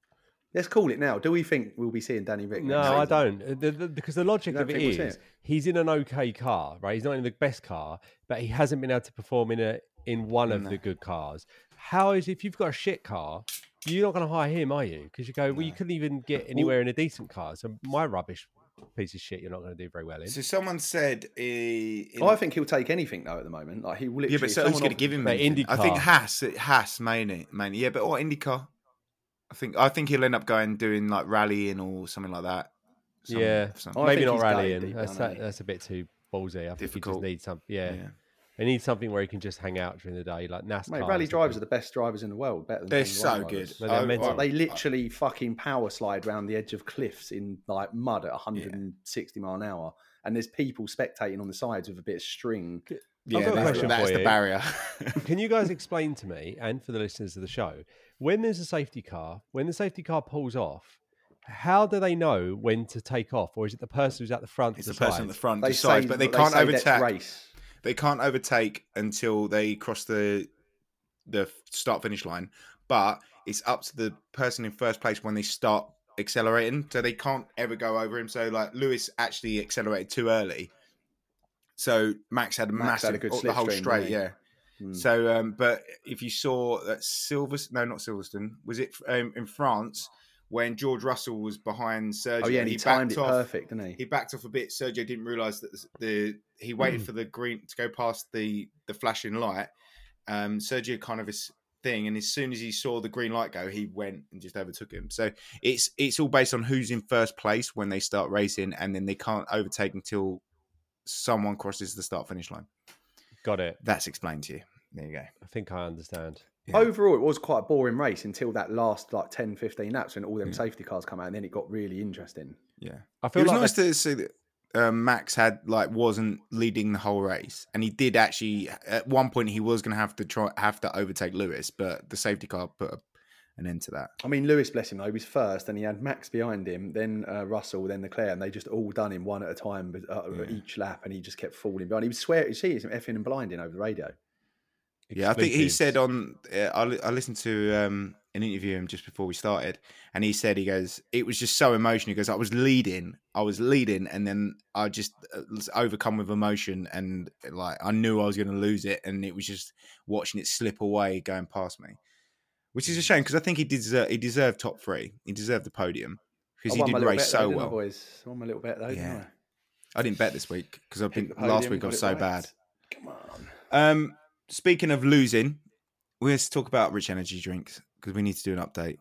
S7: Let's call it now. Do we think we'll be seeing Danny Rick?
S5: No,
S7: next
S5: I
S7: season?
S5: don't. Uh, the- the- because the logic
S7: don't
S5: of it
S7: think we'll see
S5: is,
S7: it?
S5: he's in an okay car, right? He's not in the best car, but he hasn't been able to perform in a in one of the good cars. How is if you've got a shit car, you're not going to hire him, are you? Because you go, well, you couldn't even get anywhere in a decent car. So my rubbish piece of shit, you're not going to do very well in.
S6: So someone said, uh, in-
S7: Oh, I think he'll take anything though at the moment. Like he will.
S6: Yeah, but so who's going to give him
S5: But
S6: anything? I think
S5: IndyCar.
S6: Haas, Haas mainly, mainly. Yeah, but or IndyCar. I think I think he'll end up going doing like rallying or something like that. Some-
S5: yeah,
S6: some-
S7: Oh, I
S5: maybe
S7: think
S5: not
S7: he's going
S5: rallying.
S7: deep
S5: That's
S7: down,
S5: that,
S7: isn't he?
S5: that's a bit too ballsy. I think he just
S6: Difficult.
S5: needs some. Yeah,
S6: Yeah.
S5: he needs something where he can just hang out during the day, like NASCAR.
S7: Mate,
S5: or
S7: rally
S5: something.
S7: drivers are the best drivers in the world. Better than
S6: They're
S7: Formula
S6: so
S7: One
S6: good. Oh,
S7: drivers.
S5: No, they're
S6: I-
S5: mental.
S6: I-
S7: They literally fucking power slide round the edge of cliffs in like mud at 160 mile an hour, and there's people spectating on the sides with a bit of string.
S5: I've
S6: yeah,
S5: got a
S6: that's,
S5: question
S6: that's
S5: for
S6: the
S5: you.
S6: barrier.
S5: Can you guys explain to me and for the listeners of the show when there's a safety car, when the safety car pulls off, how do they know when to take off, or is it the person who's at the front?
S6: it's the
S5: decides?
S6: person at the front
S7: They
S6: decides,
S7: say-
S6: but they
S7: they
S6: can't
S7: say let's
S6: overtake.
S7: race.
S6: They can't overtake until they cross the the start finish line, but it's up to the person in first place when they start accelerating. So they can't ever go over him. So like Lewis actually accelerated too early. So Max had a
S7: Max
S6: massive oh,
S7: had a good
S6: the whole
S7: slipstream,
S6: straight,
S7: didn't he?
S6: yeah.
S7: Hmm.
S6: So, um, but if you saw that Silverstone, no, not Silverstone, was it um, in France when George Russell was behind Sergio?
S7: Oh yeah, and he, timed it
S6: backed off-
S7: perfect, didn't he?
S6: he backed off a bit. Sergio didn't realise that the he waited for the green to go past the the flashing light. Um, Sergio kind of his thing, and as soon as he saw the green light go, he went and just overtook him. So it's it's all based on who's in first place when they start racing, and then they can't overtake until someone crosses the start finish line.
S5: Got it.
S6: That's explained to you. There you go.
S5: I think I understand.
S7: Overall, it was quite a boring race until that last like 10, 15 laps when all them safety cars come out, and then it got really interesting.
S6: Yeah.
S5: I
S6: It
S5: feel
S6: was
S5: like
S6: nice
S5: they-
S6: to see that uh, Max had like wasn't leading the whole race, and he did actually at one point he was going to have to try have to overtake Lewis, but the safety car put a, an end to that.
S7: I mean, Lewis, bless him though, he was first, and he had Max behind him, then uh, Russell, then Leclerc, and they just all done him one at a time but, uh, each lap, and he just kept falling behind. He was swear, you see, he's effing and blinding over the radio.
S6: Yeah, I think he
S5: exclusives.
S6: said on uh, I, li- I listened to um, an interview him just before we started, and he said he goes it was just so emotional. He goes I was leading, I was leading, and then I just uh, was overcome with emotion, and like I knew I was going to lose it, and it was just watching it slip away going past me, which is a
S7: Hmm.
S6: shame because I think he deserved he deserved top three, he deserved the podium because
S7: I
S6: he
S7: won my
S6: did
S7: little bet,
S6: race
S7: though,
S6: so
S7: didn't I,
S6: well.
S7: boys? I won my little bet though.
S6: Yeah.
S7: Yeah.
S6: I didn't bet this week because I've been
S7: Didn't I?
S6: last
S7: Podium,
S6: week I
S7: got
S6: was
S7: it
S6: so
S7: right.
S6: bad.
S7: Come on.
S6: Um, speaking of losing, let's talk about rich energy drinks because we need to do an update.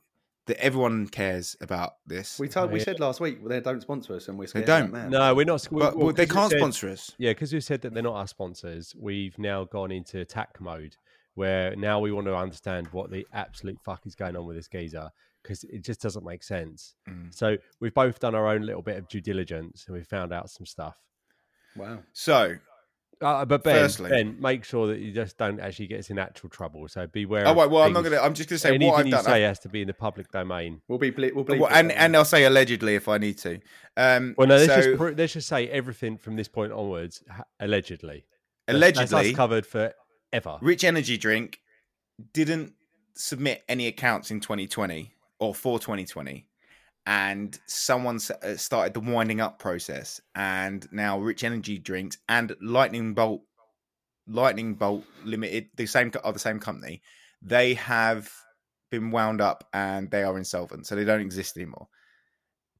S6: That everyone cares about this.
S7: We told, we
S5: Yeah.
S7: said last week well, they don't sponsor us, and we're scared.
S6: don't.
S7: Of that
S5: No, we're not. we-
S6: but
S5: well,
S6: well, they
S5: 'cause we
S6: can't
S5: said-
S6: sponsor us.
S5: Yeah, because we said that they're not our sponsors. We've now gone into attack mode, where now we want to understand what the absolute fuck is going on with this geezer, because it just doesn't make sense.
S6: Mm.
S5: So we've both done our own little bit of due diligence, and we found out some stuff.
S7: man. Wow.
S6: So,
S5: Uh, but Ben,
S6: Firstly-
S5: Ben, make sure that you just don't actually get us in actual trouble. So beware.
S6: oh
S5: of
S6: wait, well, I'm not
S5: things-
S6: gonna. I'm just gonna say
S5: anything
S6: what I've
S5: you
S6: done.
S5: say has to be in the public domain.
S7: We'll be ble- we'll bleep
S6: Well,
S7: it,
S6: and
S7: though.
S6: and uh, I'll say allegedly if I need to. Um,
S5: Well, no, let's
S6: so
S5: just pro- let's just say everything from this point onwards, ha- allegedly. That's- that's us
S6: allegedly,
S5: covered forever.
S6: Rich Energy Drink didn't submit any accounts in 2020 or for 2020, and someone s- uh, started the winding up process, and now Rich Energy Drinks and Lightning Bolt, Lightning Bolt Limited, the same co- are the same company. They have been wound up and they are insolvent, so they don't exist anymore.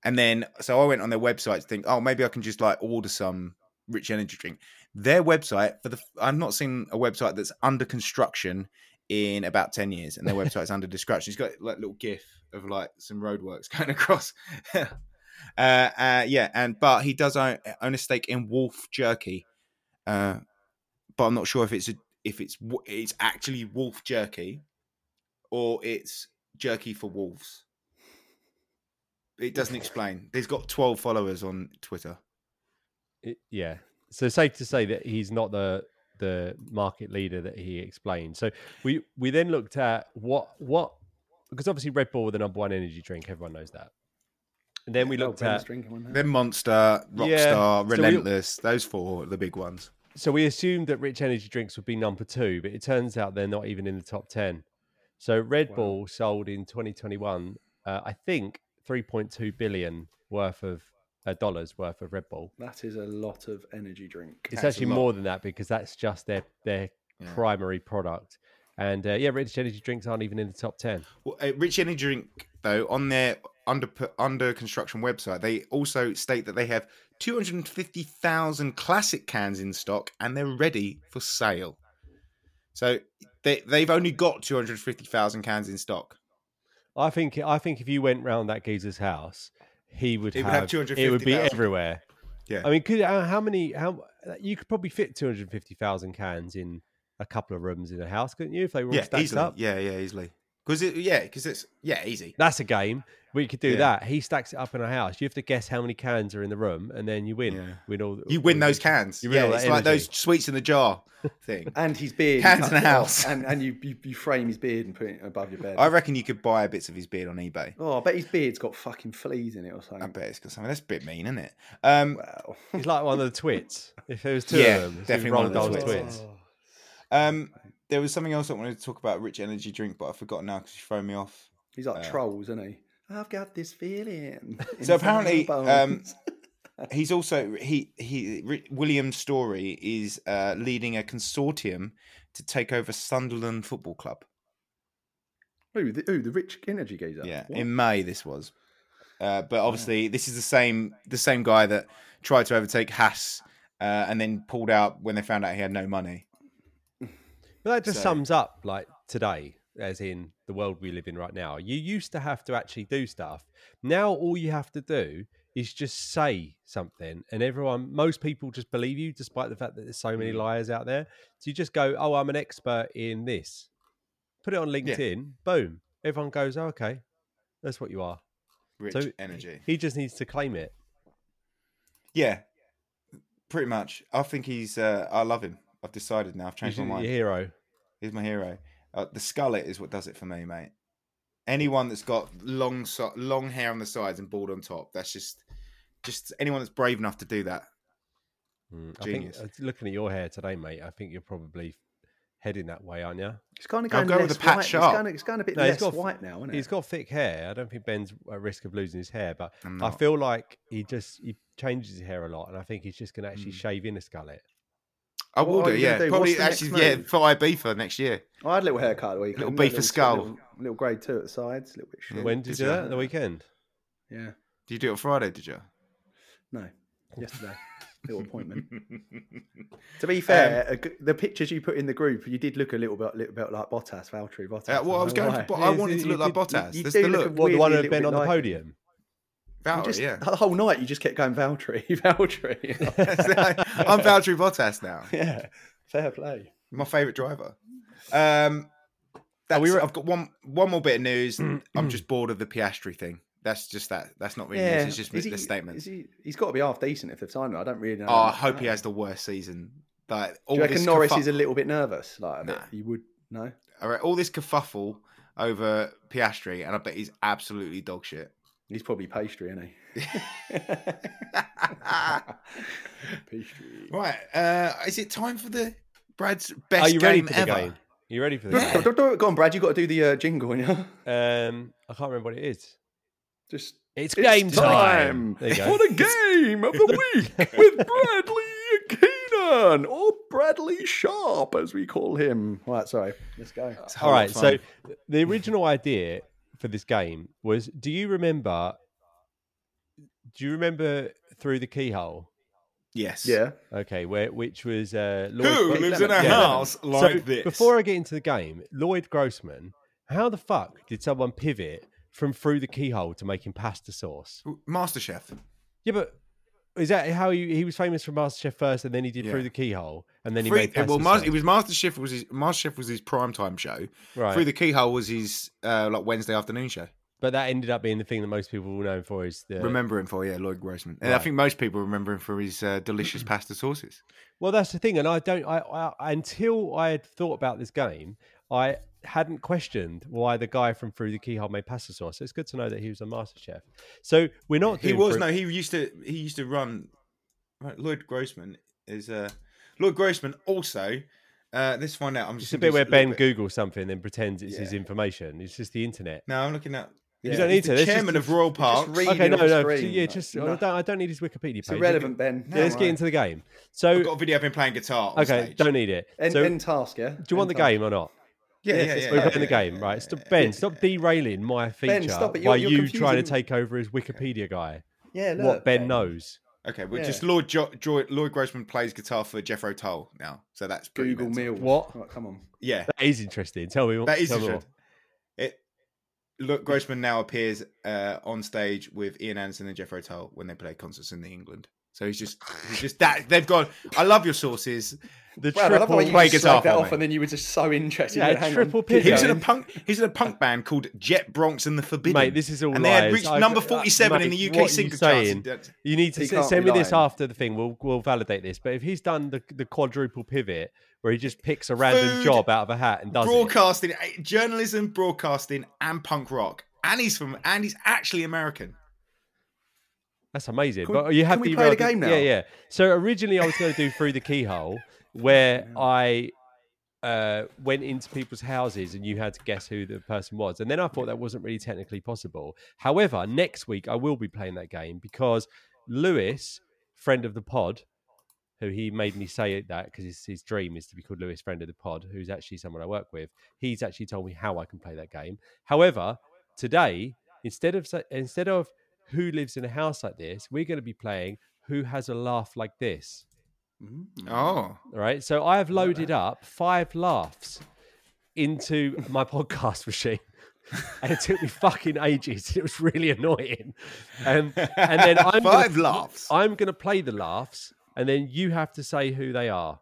S6: And then, so I went on their website to think, oh, maybe I can just like order some Rich Energy Drink their website for the I've not seen a website that's under construction in about 10 years and their website's under construction. It's got like little gif of like some roadworks going across. uh, uh, yeah, and but he does own, own a stake in Wolf Jerky. Uh, but I'm not sure if it's a, if it's w- it's actually Wolf Jerky or it's jerky for wolves. It doesn't explain. He's got 12 followers on Twitter.
S5: It- yeah. So safe to say that he's not the the market leader that he explained. So we we then looked at what what because obviously Red Bull were the number one energy drink. Everyone knows that. And then we
S7: Oh,
S5: looked
S7: Ben's
S5: at
S7: drinking one now.
S6: Then Monster, Rockstar,
S5: Yeah, so we-
S6: Relentless, those four are the big ones.
S5: so we assumed that rich energy drinks would be number two, but it turns out they're not even in the top 10. So Red Bull sold in 2021, uh, I think 3.2 billion worth of uh, dollars worth of Red Bull.
S7: That is a lot of energy drink.
S5: It's
S6: That's a
S5: actually
S6: lot.
S5: more than that because that's just their, their primary product. And uh, yeah, rich energy drinks aren't even in the top 10.
S6: Well, uh, Rich Energy Drink, though, on their under under construction website, they also state that they have 250,000 classic cans in stock and they're ready for sale. So they they've only got 250,000 cans in stock.
S5: I think I think if you went round that geezer's house, he would
S6: He would
S5: have,
S6: have
S5: it would be
S6: 250,000.
S5: everywhere.
S6: Yeah.
S5: I mean, could how, how many? How you could probably fit two hundred fifty thousand cans in a couple of rooms in a house, couldn't you? If they were all
S6: yeah,
S5: stacked
S6: easily.
S5: up,
S6: Yeah, yeah, easily. Because it, yeah, because it's yeah, easy.
S5: That's a game. We could do
S6: Yeah.
S5: that. He stacks it up in a house. You have to guess how many cans are in the room, and then you win.
S6: Yeah.
S5: Win all.
S6: You win those cans.
S5: You win
S6: yeah,
S5: all that
S6: it's like
S5: energy.
S6: those sweets in the jar thing.
S7: And his beard.
S6: Hands
S7: you
S6: in
S7: cut
S6: a
S7: it off,
S6: house.
S7: And, and you, you, you frame his beard and put it above your bed.
S6: I reckon you could buy bits of his beard on eBay.
S7: oh, I bet his beard's got fucking fleas in it or
S6: I
S7: something.
S6: bet it's got something. That's a bit mean, isn't it? Um,
S7: Wow.
S5: He's like one of the twits. If there was two
S6: Yeah,
S5: of them, it's
S6: definitely
S5: definitely
S6: one
S5: Ron
S6: of the
S5: Dole's
S6: twits.
S5: twins.
S6: um, there was something else I wanted to talk about rich energy drink, but I've forgotten now because you thrown me off.
S7: He's like trolls, isn't he? I've got this feeling.
S6: So apparently,
S7: inside my
S6: um,
S7: bones.
S6: he's also he he Ri- William Story is uh, leading a consortium to take over Sunderland Football Club.
S7: Ooh, the, ooh, the rich energy geezer.
S6: Yeah,
S7: Uh, What?
S6: in May this was, uh, but obviously this is the same the same guy that tried to overtake Haas uh, and then pulled out when they found out he had no money.
S5: But that just
S6: So-
S5: sums up like today, as in the world we live in right now. You used to have to actually do stuff. Now all you have to do is just say something, and everyone, most people, just believe you, despite the fact that there's so many
S6: Mm.
S5: liars out there. So you just go, "Oh, I'm an expert in this." Put it on LinkedIn. Boom. Everyone goes, oh, "Okay, that's what you are."
S6: Rich
S5: So-
S6: energy.
S5: He just needs to claim it.
S6: Yeah, pretty much. I think he's. Uh, I love him. I've decided now. I've
S5: He's
S6: changed my
S5: your
S6: mind.
S5: hero.
S6: He's my hero. Uh, the skullet is what does it for me, mate. Anyone that's got long so- long hair on the sides and bald on top. That's just just anyone that's brave enough to do that.
S5: Mm,
S6: Genius.
S5: I think uh, looking at your hair today, mate, I think you're probably heading that way, aren't you?
S7: it's kind of
S6: I'll
S7: going
S6: go with
S7: less
S6: the Pat
S7: white. It's
S6: Sharp.
S7: going, it's going a bit
S5: No, he's
S7: less
S5: got-
S7: white now, isn't it?
S5: He's got thick hair. I don't think Ben's at risk of losing his hair, but
S6: I'm
S5: I
S6: not.
S5: feel like he just he changes his hair a lot, and I think he's just going to actually shave in a skullet.
S6: I will
S7: What are
S6: do.
S7: you gonna
S6: Yeah,
S7: do?
S6: probably
S7: What's the next
S6: actually. Yeah,
S7: move?
S6: for IB for next year.
S7: I had a little haircut. Where you couldn't, you
S6: Little
S7: know,
S6: beef
S7: sort of
S6: and skull.
S7: Little, little grade two at the sides. A little bit short.
S5: When did you
S6: it's
S5: do that?
S6: a-
S5: The weekend.
S7: Yeah.
S6: Did you do it on Friday? Did you?
S7: No. Yesterday. little appointment. to be fair, a g the pictures you put in the group, you did look a little bit, little bit like Bottas, Valtteri Bottas.
S6: Uh, well, I was
S7: don't know
S6: going. For,
S7: why.
S6: but I
S5: Yeah,
S6: wanted
S5: so
S6: to
S5: you
S6: look like
S5: did-
S6: Bottas.
S7: you
S6: That's
S7: do
S6: the
S7: look
S6: look.
S5: What
S7: Weirdly,
S5: the one who had
S7: little
S5: been
S7: bit
S5: on the
S7: like- You
S5: podium?
S6: Valtteri,
S7: just,
S6: yeah.
S7: The whole night you just kept going Valtteri, Valtteri.
S6: I'm Valtteri Bottas now.
S7: yeah. Fair play.
S6: My favourite driver. Um, that's,
S5: we re- Mm,
S6: I've got one one more bit of news. I'm just bored of the Piastri thing. That's just that. That's not really news. It's just
S7: Is
S6: the
S7: he-
S6: statement.
S7: Is he, he's got to be half decent if they've signed him. I don't really know.
S6: oh, I hope he has the worst season. Like all
S7: Do you reckon
S6: this
S7: Norris
S6: kerfuffle,
S7: is a little bit nervous? Like, a bit?
S6: Nah.
S7: you would no.
S6: all right, all this kerfuffle over Piastri, and I bet he's absolutely dog shit.
S7: He's probably pastry, isn't he? Pastry.
S6: Right. Uh, is it time for the Brad's best
S5: Are you ready
S6: game
S5: for the
S6: ever?
S5: game? Are you ready for the
S6: Yeah.
S5: game?
S7: Go on, Go on, Brad. You got to do the uh, jingle, you know.
S5: Um, I can't remember what it is.
S7: Just
S5: It's, game
S7: time.
S5: time. There you go.
S7: for the game of the week with Bradley Keenan or Bradley Sharp, as we call him. Right, sorry. Let's go.
S6: It's
S5: All right.
S6: hard fun.
S5: So the original idea for this game was: Do you remember? Do you remember through the keyhole?
S6: yes.
S7: Yeah.
S5: Okay, where which was uh, Lloyd
S6: Who
S5: Gro-
S6: lives in a
S5: Yeah.
S6: house like
S5: so
S6: this?
S5: Before I get into the game, Lloyd Grossman, how the fuck did someone pivot from through the keyhole to making pasta sauce?
S6: MasterChef.
S5: Yeah, but is that how he, he was famous for MasterChef first, and then he did
S6: Yeah.
S5: through the keyhole, and then he
S6: Free-
S5: made pasta
S6: well, Mas-
S5: sauce?
S6: it was MasterChef was his MasterChef was his prime time show.
S5: Right.
S6: Through the Keyhole was his uh, like Wednesday afternoon show.
S5: but that ended up being the thing that most people will know him for is the
S6: Remember him for yeah, Lloyd Grossman. And I
S5: Right.
S6: think most people remember him for his uh, delicious pasta sauces.
S5: Well, that's the thing, and I don't. I, I until I had thought about this game, I hadn't questioned why the guy from Through the Keyhole made pasta sauce. It's good to know that he was a master chef. So we're not.
S6: He
S5: doing
S6: was
S5: Through-
S6: no, he used to he used to run. Right, Lloyd Grossman is uh, Lloyd Grossman also. Uh, let's find out. I'm
S5: It's
S6: just
S5: a
S6: gonna
S5: bit
S6: do
S5: where
S6: a little
S5: Ben
S6: bit.
S5: Googles something and then pretends it's his
S6: Yeah.
S5: information. It's just the internet.
S6: No, I'm looking at.
S5: You don't need
S6: he's
S5: to.
S6: The
S5: Let's
S6: chairman
S5: just-
S6: of Royal Park.
S7: read
S5: Okay,
S7: it
S5: no,
S7: on
S5: no,
S7: screen,
S5: yeah,
S7: like,
S5: just
S7: no.
S5: I, don't, I don't need his Wikipedia page.
S7: It's irrelevant, Ben.
S5: Yeah, let's get into the game. So
S6: I've got a video of him playing guitar. On
S5: okay,
S6: stage.
S5: don't need it.
S7: End,
S5: so
S7: end task, yeah?
S5: do you want the game or not?
S6: Yeah, yeah, yeah.
S7: Yes,
S6: yeah,
S5: We're
S6: yeah,
S5: playing the
S6: yeah,
S5: game,
S6: yeah,
S5: right?
S6: yeah,
S5: Stop,
S6: yeah.
S5: Ben, stop derailing my feature
S7: stop it. You're-
S5: by
S7: you're
S5: you trying to
S7: confusing-
S5: take over as Wikipedia guy.
S7: Yeah, look.
S5: What Ben knows.
S6: Okay, we're
S7: Yeah.
S6: just Lloyd, jo- Joy- Lloyd Grossman plays guitar for Jeffro Toll now, so that's pretty
S7: Google
S6: mental.
S7: meal.
S5: What?
S7: Right, come on.
S6: Yeah,
S5: That is interesting. Tell me what.
S6: that is
S5: tell me
S6: interesting. It. Look, Grossman now appears uh, on stage with Ian Anderson and Jeffro Toll when they play concerts in the England. So he's just, he's just that they've gone. I love your sources.
S5: The
S7: Brad, I love the
S5: triple
S7: way you
S6: play
S7: just
S6: guitar
S7: slagged that
S6: for
S7: off,
S6: me.
S7: and then you were just so interested.
S5: Yeah,
S7: You went, "Hang on,
S5: triple
S7: keep
S5: pivot.
S6: He was in a
S7: going."
S6: punk. He was in a punk band called Jet Bronx and the Forbidden.
S5: Mate, this is all
S6: And they
S5: lies.
S6: had reached
S5: I've-
S6: number
S5: uh,
S6: forty-seven in
S5: mate,
S6: the
S5: what are
S6: UK
S5: you
S6: single
S5: saying?
S6: charts.
S5: You need to
S7: He
S5: s-
S7: can't
S5: send me
S7: be
S5: this
S7: lying.
S5: after the thing. We'll we'll validate this. But if he's done the, the quadruple pivot where he just picks a random
S6: Food,
S5: job out of a hat and does it,
S6: Broadcasting, eh, journalism, broadcasting, and punk rock. And he's from, and he's actually American.
S5: that's amazing.
S7: Can we-
S5: but you have
S7: can we
S5: to
S7: play the
S5: email
S7: game now?
S5: Yeah, yeah. So originally I was going to do through the keyhole, where I uh, went into people's houses and you had to guess who the person was. And then I thought that wasn't really technically possible. However, next week I will be playing that game because Lewis, friend of the pod, who he made me say it that because his, his dream is to be called Lewis, friend of the pod, who's actually someone I work with. He's actually told me how I can play that game. However, today instead of sa- instead of who lives in a house like this, we're going to be playing who has a laugh like this. Mm.
S6: Oh,
S5: All right. So I have loaded up five laughs into my podcast machine. And it took me fucking ages. It was really annoying. Um, and then I'm
S6: Five
S5: gonna,
S6: laughs.
S5: I'm going to play the laughs, and then you have to say who they are.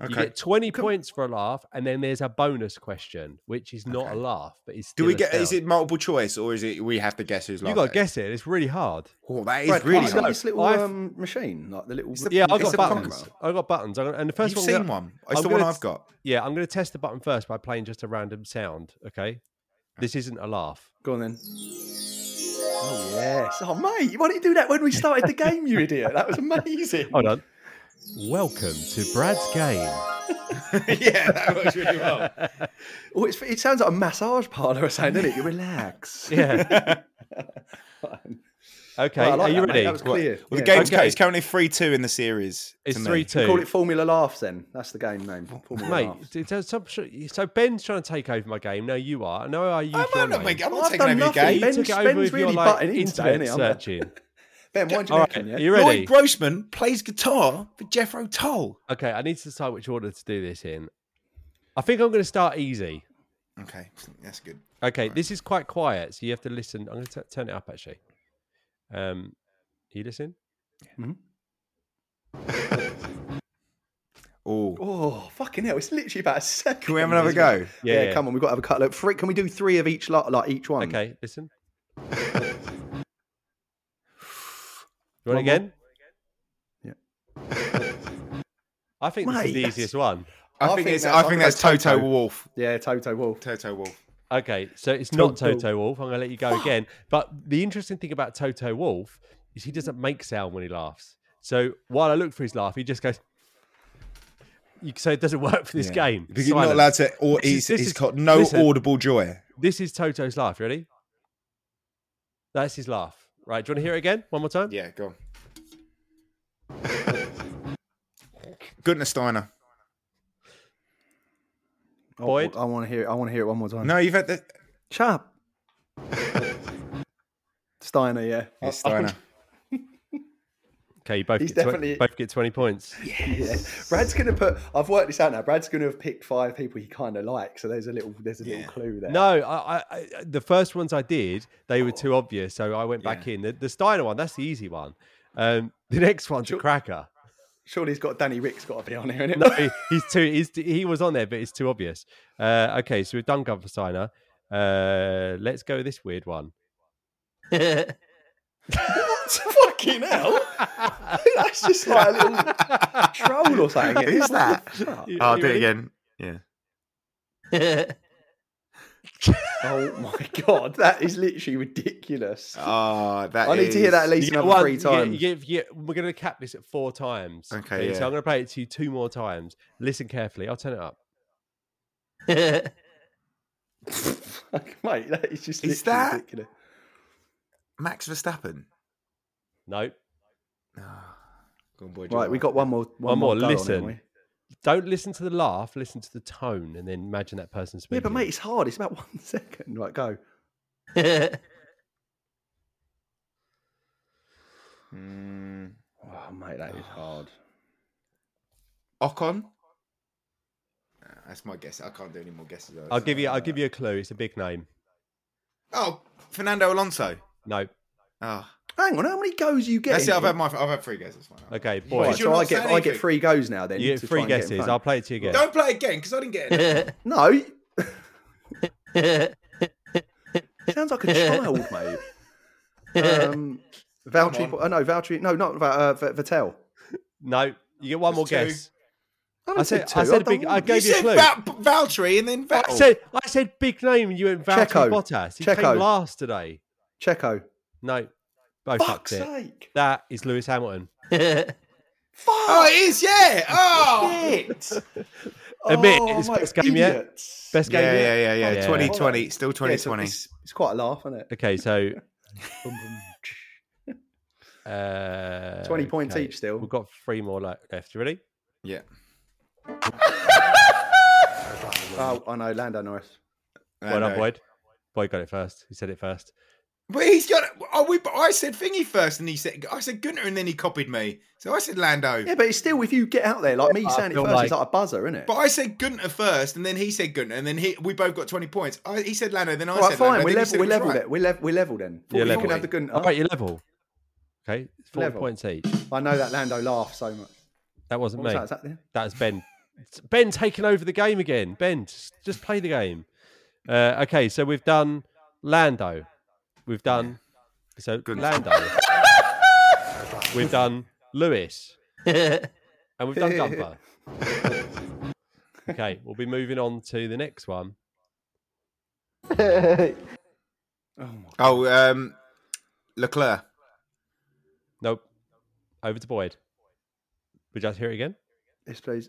S5: You
S6: okay.
S5: get 20 points for a laugh, and then there's a bonus question, which is not a laugh, but it's
S6: Do
S5: still
S6: we
S5: a
S6: get? Is
S5: sound.
S6: it multiple choice or is it? We have to guess who's.
S5: You got to guess it. It's really hard.
S6: Oh, that is
S7: Brad,
S6: really.
S7: can't you
S6: hard.
S7: see this little
S5: I've-
S7: um, machine, like the little.
S6: the-
S5: Yeah, I've
S6: It's
S5: got
S6: a
S5: buttons.
S6: conqueror.
S5: I've got buttons. I'm gonna- And the 1st
S6: You've
S5: one, I'm
S6: seen
S5: gonna-
S6: one. It's
S5: I'm
S6: the one
S5: gonna
S6: I've got.
S5: Yeah, I'm going to test the button first by playing just a random sound. Okay, this isn't a laugh.
S7: Go on then. Oh yes. Oh mate, why didn't you do that when we started the game, you idiot? That was amazing.
S5: Hold on. Welcome to Brad's game.
S6: yeah, that works really well.
S7: Oh, it's, it sounds like a massage parlor or something, doesn't it? You relax.
S5: Yeah. okay,
S7: Well, I like
S5: are you
S7: that, mate.
S5: ready?
S7: That was clear.
S6: Well, the
S7: Yeah.
S6: game's
S5: Okay.
S6: cu- it's currently three two in the series.
S5: it's
S6: to me.
S5: three two.
S7: Call it Formula Laughs then. That's the game name. Formula
S5: Mate,
S7: Laughs.
S5: it does some sh- so Ben's trying to take over my game. No, you are. No, are you?
S6: I'm
S5: Sean
S6: not,
S5: Lane?
S6: making- I'm
S7: Well,
S6: not
S7: I've
S6: taking
S7: done
S6: over your
S7: nothing.
S6: game.
S5: You
S7: Ben-
S5: took it
S7: Ben's
S5: over with your
S7: really
S5: like
S7: butting in today,
S5: internet
S7: isn't he? I'm-
S5: searching.
S7: Ben, why'd you
S5: All
S7: right.
S5: right, are
S7: yeah?
S5: you ready?
S6: Lloyd Grossman plays guitar for Jethro Tull.
S5: Okay, I need to decide which order to do this in. I think I'm going to start easy.
S6: Okay, that's good.
S5: Okay, this is quite quiet, so you have to listen. I'm going to t- turn it up actually. Um, you listen?
S6: Oh,
S7: Oh fucking hell! It's literally about a second.
S6: can we have another go?
S7: Yeah, come on, we've got to have a cut. Look, three, can we do three of each lot, like each one?
S5: Okay, listen. you want it again?
S7: Yeah.
S5: I think this
S7: Mate,
S5: is the
S7: that's-
S5: easiest one.
S6: I, think, it's, I think that's
S7: gonna
S6: Toto Wolf.
S7: Yeah, Toto Wolf.
S6: Toto Wolf.
S5: Okay, so it's not Toto Wolf. I'm going to let you go again. But the interesting thing about Toto Wolf is he doesn't make sound when he laughs. So while I look for his laugh, he just goes. You, so it doesn't work for this game.
S6: Because you're not
S5: Silence.
S6: allowed to. Or
S5: This is-
S6: he's,
S5: this
S6: he's
S5: is-
S6: got no
S5: listen.
S6: audible joy.
S5: This is Toto's laugh. You Ready? That's his laugh. Right. Do you want to hear it again? One more time?
S6: Yeah, go on. Gunnar Steiner.
S7: Oh,
S5: Boyd?
S7: I want to hear. It. I want to hear it one more time.
S6: No, you've had the.
S7: Chap. Steiner, yeah.
S6: It's Oh, Steiner.
S5: Okay, you both
S7: He's
S5: get twen-
S7: definitely-
S5: both get twenty points.
S7: Yeah. Brad's gonna put. I've worked this out now. Brad's gonna have picked five people he kind of like. So there's a little. There's a little clue there.
S5: No, I, I, I the first ones I did, they were too obvious, so I went back in. The, the Steiner one, that's the easy one. Um, the next one's a cracker.
S7: Surely he's got Danny Rick's got to be on here, innit?
S5: No, he- he's too. He's, he was on there, but it's too obvious. Uh, okay, so we've done Gun for Steiner. Uh, let's go with this weird one.
S7: fucking hell. That's just like a little troll or something. isn't it?
S6: Who's that?
S5: You-
S6: I'll
S5: you
S6: do it
S5: ready?
S6: again. Yeah.
S7: Oh my god, that is literally ridiculous.
S6: Oh, that
S7: I need to hear that at
S6: is-
S7: least
S5: You get
S7: another
S5: one-
S7: three
S5: you get-
S7: times.
S5: you get- you get- we're going to cap this at four times.
S6: Okay,
S5: so
S6: yeah.
S5: I'm going to play it to you two more times. Listen carefully. I'll turn it up.
S7: Fuck, Mate, that is just
S6: Is
S7: literally
S6: that-
S7: ridiculous.
S6: Max Verstappen.
S5: Nope.
S6: Go on, boy, do
S7: Right,
S6: it.
S7: we got one more. One,
S5: One more,
S7: go on, haven't
S5: listen.
S7: we?
S5: Don't listen to the laugh. Listen to the tone, and then imagine that person
S7: Yeah,
S5: speaking.
S7: but mate, it's hard. It's about one second. Right, go. Oh mate, that is hard.
S6: Ocon. Uh, That's my guess. I can't do any more guesses. though.
S5: I'll give you. I'll give you a clue. It's a big name.
S6: Oh, Fernando Alonso.
S5: No,
S6: Oh,
S7: Hang on, how many goes you get?
S6: That's it.
S7: in
S6: I've
S7: here?
S6: had my. I've had three guesses. That's fine.
S5: Okay,
S7: Right,
S5: boys,
S6: you're
S7: so I
S6: not
S7: get
S6: saying
S7: I get
S6: anything.
S7: three goes now. Then
S5: you get
S7: to try
S5: three
S7: and get in
S5: guesses.
S7: front.
S5: I'll play it to you again.
S6: Don't play again because I didn't get it.
S7: No. Sounds like a child, mate. Um, Valtteri. Oh, no, Valtteri. No, not Va- uh, V- Vettel.
S5: No, you get one more
S6: two.
S5: guess.
S7: didn't
S5: I
S7: say
S5: said,
S7: two,
S5: I said,
S7: I've
S5: big.
S7: done
S5: I
S7: one.
S5: gave you,
S6: you
S5: a
S6: said
S5: clue.
S6: Val- Valtteri and then
S5: I
S6: Vettel.
S5: said, I said big name, and you went Valtteri
S7: Checo.
S5: Bottas. He came
S7: Checo.
S5: last today.
S7: Checo.
S5: No, both
S7: Fuck's
S5: fucked it.
S7: sake.
S5: That is Lewis Hamilton.
S6: oh, it is. Yeah. Oh.
S7: Shit.
S5: Admit,
S7: Oh,
S5: it's
S7: I'm
S5: best
S7: like,
S5: game yet.
S7: idiots.
S5: Best game
S6: Yeah,
S5: yet.
S6: yeah, yeah, yeah.
S5: Yeah.
S6: 2020, still
S7: Yeah, it's,
S6: 2020.
S7: it's- it's quite a laugh, isn't it?
S5: Okay, so. Uh,
S7: 20 points
S5: okay.
S7: each still.
S5: We've got three more le- left. You ready?
S6: Yeah.
S7: Oh, I know, Lando Norris.
S5: well done,
S6: no.
S5: Boyd. Boyd got it first. He said it first.
S6: But he's got. Oh, we. I said thingy first, and he said. I said Gunnar, and then he copied me. So I said Lando.
S7: Yeah, but it's still, if you get out there, like me saying it
S5: feel
S7: first, it's
S5: like-
S7: like a buzzer, isn't it?
S6: But I said Gunter first, and then he said Gunter, and then he we both got twenty points. I, he said Lando, then I
S7: All right,
S6: said
S7: fine.
S6: Lando.
S7: We
S6: then you
S7: level,
S6: said
S7: we
S6: it was
S7: level
S6: right.
S7: it. We level, we leveled then.
S5: Yeah,
S7: you
S5: level.
S7: can have the good.
S5: All right, you level. Okay, it's four
S7: Level.
S5: points each.
S7: I know that Lando laugh so much.
S5: That wasn't
S7: What was
S5: me.
S7: that? Is that the-
S5: That's Ben. It's Ben taking over the game again. Ben, just, just play the game. Uh, okay, so we've done Lando. We've done so Lando. we've done Lewis, and we've done Gumper. okay, we'll be moving on to the next one.
S6: Oh, um, Leclerc.
S5: Nope. Over to Boyd. Would you like to hear it again?
S7: Yes, please.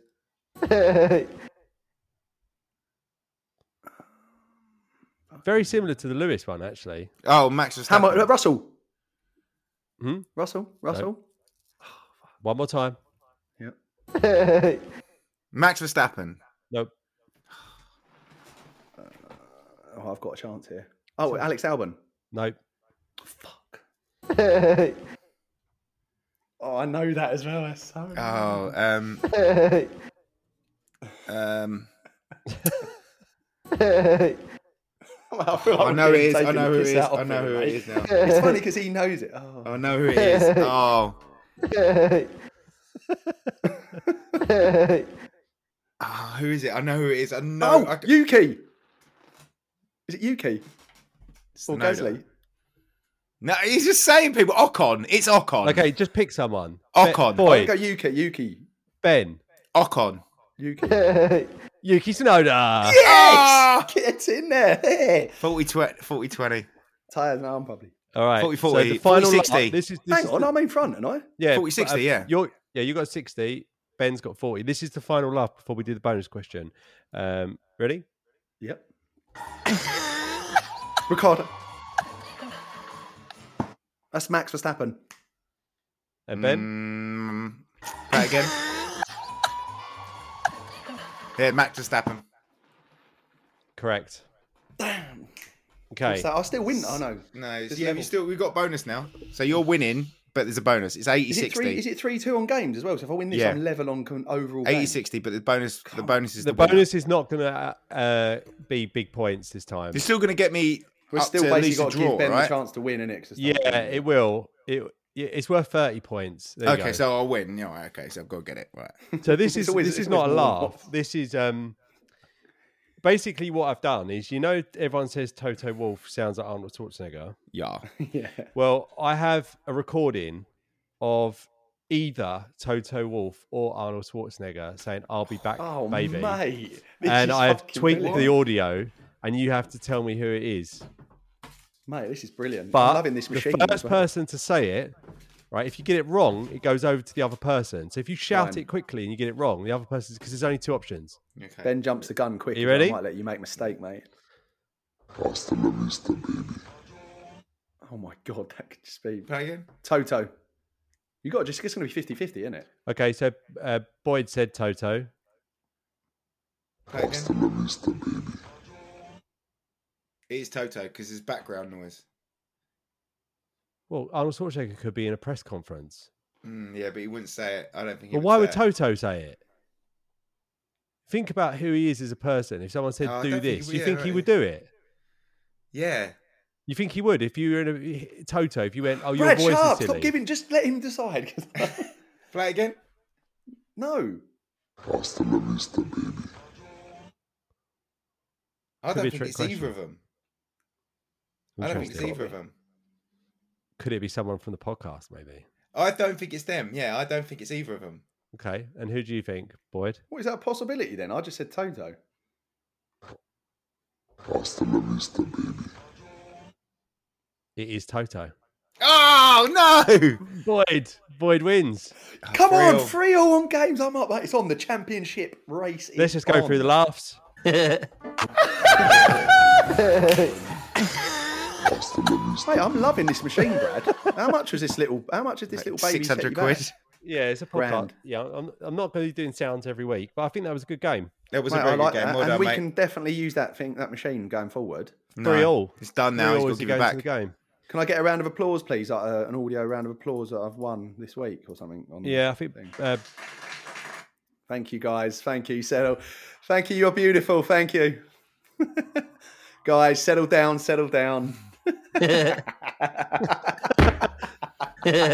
S5: Very similar to the Lewis one, actually.
S6: Oh, Max Verstappen.
S7: How much? Russell.
S5: Hmm?
S7: Russell. Russell.
S5: One more time.
S6: Max Verstappen.
S5: Nope.
S7: Oh, I've got a chance here. Oh, Alex Albon.
S5: Nope.
S7: Fuck. oh, I know that as well. That's so.
S6: Oh, um, um.
S7: I feel like
S6: I
S7: I'm
S6: know it
S7: getting
S6: is. I
S7: taken the
S6: know who it
S7: piss
S6: is.
S7: out of
S6: I know
S7: me,
S6: who it
S7: mate.
S6: is now.
S7: It's funny because he knows it. Oh.
S6: I know who it is. Oh, Ah, who is it? I know who it is. I know.
S7: Oh,
S6: I, c-
S7: Yuki. Is it Yuki or
S6: no,
S7: Gasly?
S6: no, he's just saying people. Ocon. It's Ocon.
S5: Okay, just pick someone.
S6: Ocon.
S7: I'd
S5: Boyd.
S7: go Yuki. Yuki.
S5: Ben.
S6: Ocon.
S7: Yuki.
S5: Yuki Tsunoda.
S6: Ah!
S7: Get in there.
S6: 40 20. 40 20.
S7: Tires and arm probably.
S5: All right.
S6: 40,
S5: so
S6: 40,
S5: the final
S6: 40,
S5: lap-
S6: 60.
S5: This is, this
S7: Hang
S5: is
S7: on,
S5: the-
S7: I'm in front, and I.
S5: yeah, uh,
S6: 40, 60, yeah.
S5: You're, yeah, you got 60. Ben's got 40. This is the final lap before we do the bonus question. Um, ready?
S7: Yep. Ricardo. That's Max Verstappen.
S5: And Ben?
S6: Mm, play again. Yeah, Max Verstappen.
S5: Correct. Damn. Okay.
S7: So I still win. I know.
S6: No, it's-
S7: This
S6: yeah, we
S7: level.
S6: still we've got bonus now. So you're winning, but there's a bonus. It's 80
S7: Is it
S6: 60.
S7: three? Is it three two on games as well? So if I win this,
S6: Yeah.
S7: I'm level on con- overall.
S6: 80
S7: game.
S6: 60, but the bonus the bonus is
S5: The
S6: the, winner.
S5: bonus is not going to uh, be big points this time.
S6: You're still going to get me.
S7: We're
S6: up
S7: still
S6: to at
S7: basically
S6: least a
S7: got to
S6: draw,
S7: give Ben
S6: right?
S7: the chance to win in it.
S5: Yeah, it will. It it's worth thirty points. There you
S6: Okay,
S5: go.
S6: so I'll win. Yeah, all right, okay, so I've got to get it. Right.
S5: So this
S7: It's
S5: is
S7: always-
S5: this is
S7: it's
S5: not a
S7: always more than
S5: laugh. This is um basically what I've done is you know everyone says Toto Wolf sounds like Arnold Schwarzenegger.
S6: Yeah.
S7: yeah.
S5: Well, I have a recording of either Toto Wolf or Arnold Schwarzenegger saying I'll be back
S7: Oh,
S5: baby.
S7: mate. This
S5: and
S7: is
S5: I have
S7: fucking
S5: tweaked
S7: brilliant.
S5: the audio and you have to tell me who it is.
S7: Mate, this is brilliant.
S5: But
S7: I'm loving this machine.
S5: the
S7: as
S5: first
S7: well.
S5: person to say it, right? If you get it wrong, it goes over to the other person. So if you shout
S7: Fine.
S5: it quickly and you get it wrong, the other person's because there's only two options.
S6: Okay.
S7: Ben jumps the gun quick.
S5: You
S7: but
S5: ready?
S7: I might let you make a mistake, mate. Oh my god, that could just be
S6: Play again.
S7: Toto. You got to just it's going to be 50-50, isn't it?
S5: Okay, so uh, Boyd said Toto.
S6: Play again. It is Toto because there's background noise.
S5: Well, Arnold Schwarzenegger could be in a press conference.
S6: Mm, yeah, but he wouldn't say it. I don't think he
S5: But why would
S6: say it.
S5: Toto say it? Think about who he is as a person. If someone said
S6: Oh, I
S5: do
S6: don't think he
S5: this,
S6: would-
S5: you
S6: yeah,
S5: think he
S6: right.
S5: would do it?
S6: Yeah.
S5: You think he would if you were in a Toto? If you went, oh, your
S7: Brad, shut
S5: voice
S7: up.
S5: is silly.
S7: Stop giving. Just let him decide.
S6: Play again.
S7: no.
S8: Hasta la vista, baby.
S6: I
S5: Could
S6: don't
S5: be a
S6: think
S5: trick
S6: it's
S5: question.
S6: either of them. I don't think it's
S5: Interesting.
S6: either of them.
S5: Could it be someone from the podcast? Maybe.
S6: I don't think it's them. Yeah, I don't think it's either of them.
S5: Okay, and who do you think, Boyd?
S7: What is that a possibility then? I just said Toto.
S8: Hasta la vista, baby.
S5: It is Toto.
S6: Oh no!
S5: Boyd. Boyd wins.
S7: Come
S6: three
S7: on,
S6: all.
S7: three all on games. I'm up. mate. It's on the championship race. is
S5: Let's just go
S7: on.
S5: through the laughs.
S8: Hasta la vista.
S7: Mate, I'm loving this machine, Brad. how much was this little? How much did this little baby?
S6: Six
S7: set you
S6: hundred
S7: back?
S6: quid.
S5: Yeah, it's a podcast.
S7: Grand.
S5: Yeah, I'm, I'm not going to be doing sounds every week, but I think that was a good game.
S6: That was
S7: Mate,
S6: a
S7: I
S6: very
S7: like
S6: good game.
S7: that,
S6: Well
S7: and
S6: done,
S7: we
S6: mate.
S7: can definitely use that thing, that machine going forward.
S5: Three all.
S6: It's done now.
S5: Three
S6: He's
S5: all
S6: got
S5: is
S6: to
S5: the
S6: give it
S5: game to the
S6: back.
S5: game.
S7: Can I get a round of applause, please? Like uh, an audio round of applause that I've won this week or something. On
S5: Yeah, I think uh,
S7: Thank you, guys. Thank you, settle. Thank you. You're beautiful. Thank you, guys. Settle down. Settle down.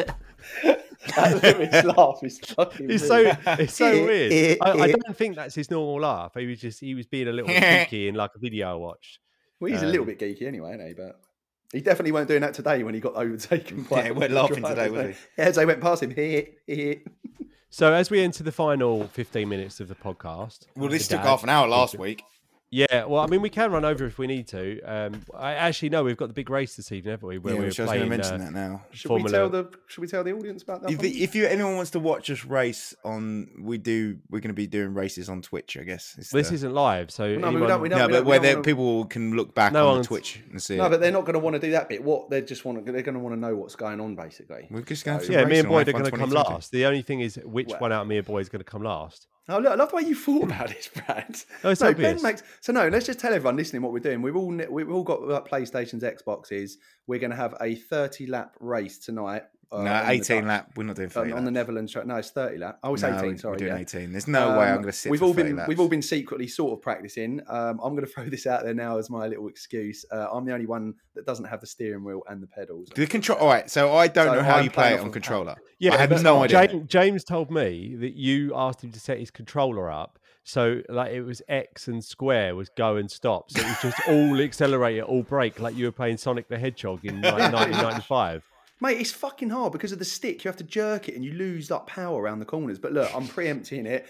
S7: that Lewis laugh is fucking.
S5: it's so
S7: brilliant.
S5: it's so weird. I, I don't think that's his normal laugh. He was just he was being a little bit geeky in like a video I watched.
S7: Well, he's a little bit geeky anyway, isn't he? But he definitely weren't doing that today when he got overtaken by.
S6: Yeah, he
S7: the
S6: weren't laughing
S7: driver,
S6: today, was
S7: so- Yeah, as they went past him, here, here.
S5: So as we enter the final 15 minutes of the podcast,
S6: Well, this
S5: the
S6: took
S5: dad-
S6: half an hour last week.
S5: Yeah, well, I mean, we can run over if we need to. Um, I actually know we've got the big race this evening, haven't we? Where
S6: Yeah,
S5: we're
S6: which I was going to
S5: playing
S6: mention
S5: uh,
S6: that now.
S7: Should
S5: Formula.
S7: we tell the Should we tell the audience about that?
S6: If,
S7: one?
S6: if you anyone wants to watch us race on, we do. We're going to be doing races on Twitch, I guess. is
S5: Well, this
S6: the-
S5: isn't live, so
S7: no, we
S5: anyone-
S7: don't. We don't.
S6: no,
S7: we
S6: but
S7: don't- we
S6: where
S7: don't
S6: there-
S7: wanna-
S6: people can look back
S5: No
S6: on the
S5: one's-
S6: Twitch and see.
S7: No,
S6: it.
S7: but they're not going to want to do that bit. What they just want, to, they're going to want to know what's going on, basically.
S6: we're just going.
S7: So-
S6: through
S5: Yeah, me
S6: racing
S5: and
S6: on
S5: Boyd are
S6: F1
S5: going to come
S6: 2020.
S5: last. The only thing is, which
S7: Well-
S5: one out of me and Boyd is going to come last?
S7: Oh, look, I love the way you thought about this, Brad.
S6: Oh,
S5: No, it's obvious.
S7: makes so no. Let's just tell everyone listening what we're doing. We've all we've all got like, PlayStation's, Xboxes. We're going to have a thirty lap race tonight. uh,
S6: No,
S7: on the
S6: eighteen
S7: Dutch-
S6: lap. We're not doing
S7: on,
S6: thirty
S7: on the
S6: laps.
S7: Netherlands track. No, it's thirty lap. Oh, it's
S6: No,
S7: eighteen.
S6: we're-
S7: Sorry,
S6: we're doing
S7: yeah.
S6: eighteen. There's no way
S7: Um,
S6: I'm going to sit.
S7: We've
S6: for
S7: all
S6: 30
S7: been
S6: laps.
S7: we've all been secretly sort of practicing. Um, I'm going to throw this out there now as my little excuse. Uh, I'm the only one that doesn't have the steering wheel and the pedals.
S6: The control. All right, so I don't
S7: So
S6: know how
S7: I'm
S6: you
S7: playing
S6: play it
S7: off
S6: on
S7: of a pad.
S6: controller.
S5: Yeah,
S6: I have
S5: but
S6: no idea.
S5: James, James told me that you asked him to set his controller up, so like it was X and square was go and stop, so it was just all accelerator, all brake, like you were playing Sonic the Hedgehog in like, 1995.
S7: Mate, it's fucking hard because of the stick. You have to jerk it and you lose that power around the corners. But look, I'm preempting it.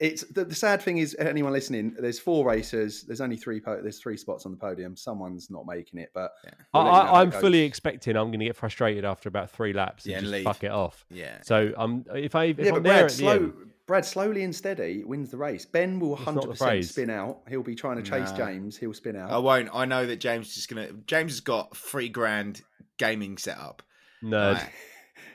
S7: It's the, the sad thing is, anyone listening, there's four racers. There's only three. Po- there's three spots on the podium. Someone's not making it, but
S5: I,
S7: we'll let you know how
S5: I,
S7: it
S5: I'm
S7: goes.
S5: fully expecting I'm going to get frustrated after about three laps and
S6: Yeah, and
S5: just
S6: leave.
S5: fuck it off.
S6: Yeah.
S5: So um, if I if
S7: yeah,
S5: I'm
S7: but
S5: there
S7: Brad,
S5: at the
S7: slow,
S5: end,
S7: Brad slowly and steady wins the race. Ben will
S5: not the
S7: 100 percent
S5: phrase. Oh.
S7: spin out. He'll be trying to chase James. He'll spin out.
S6: I won't. I know that James is just gonna. James has got three grand gaming setup.
S5: nerd.
S6: Right.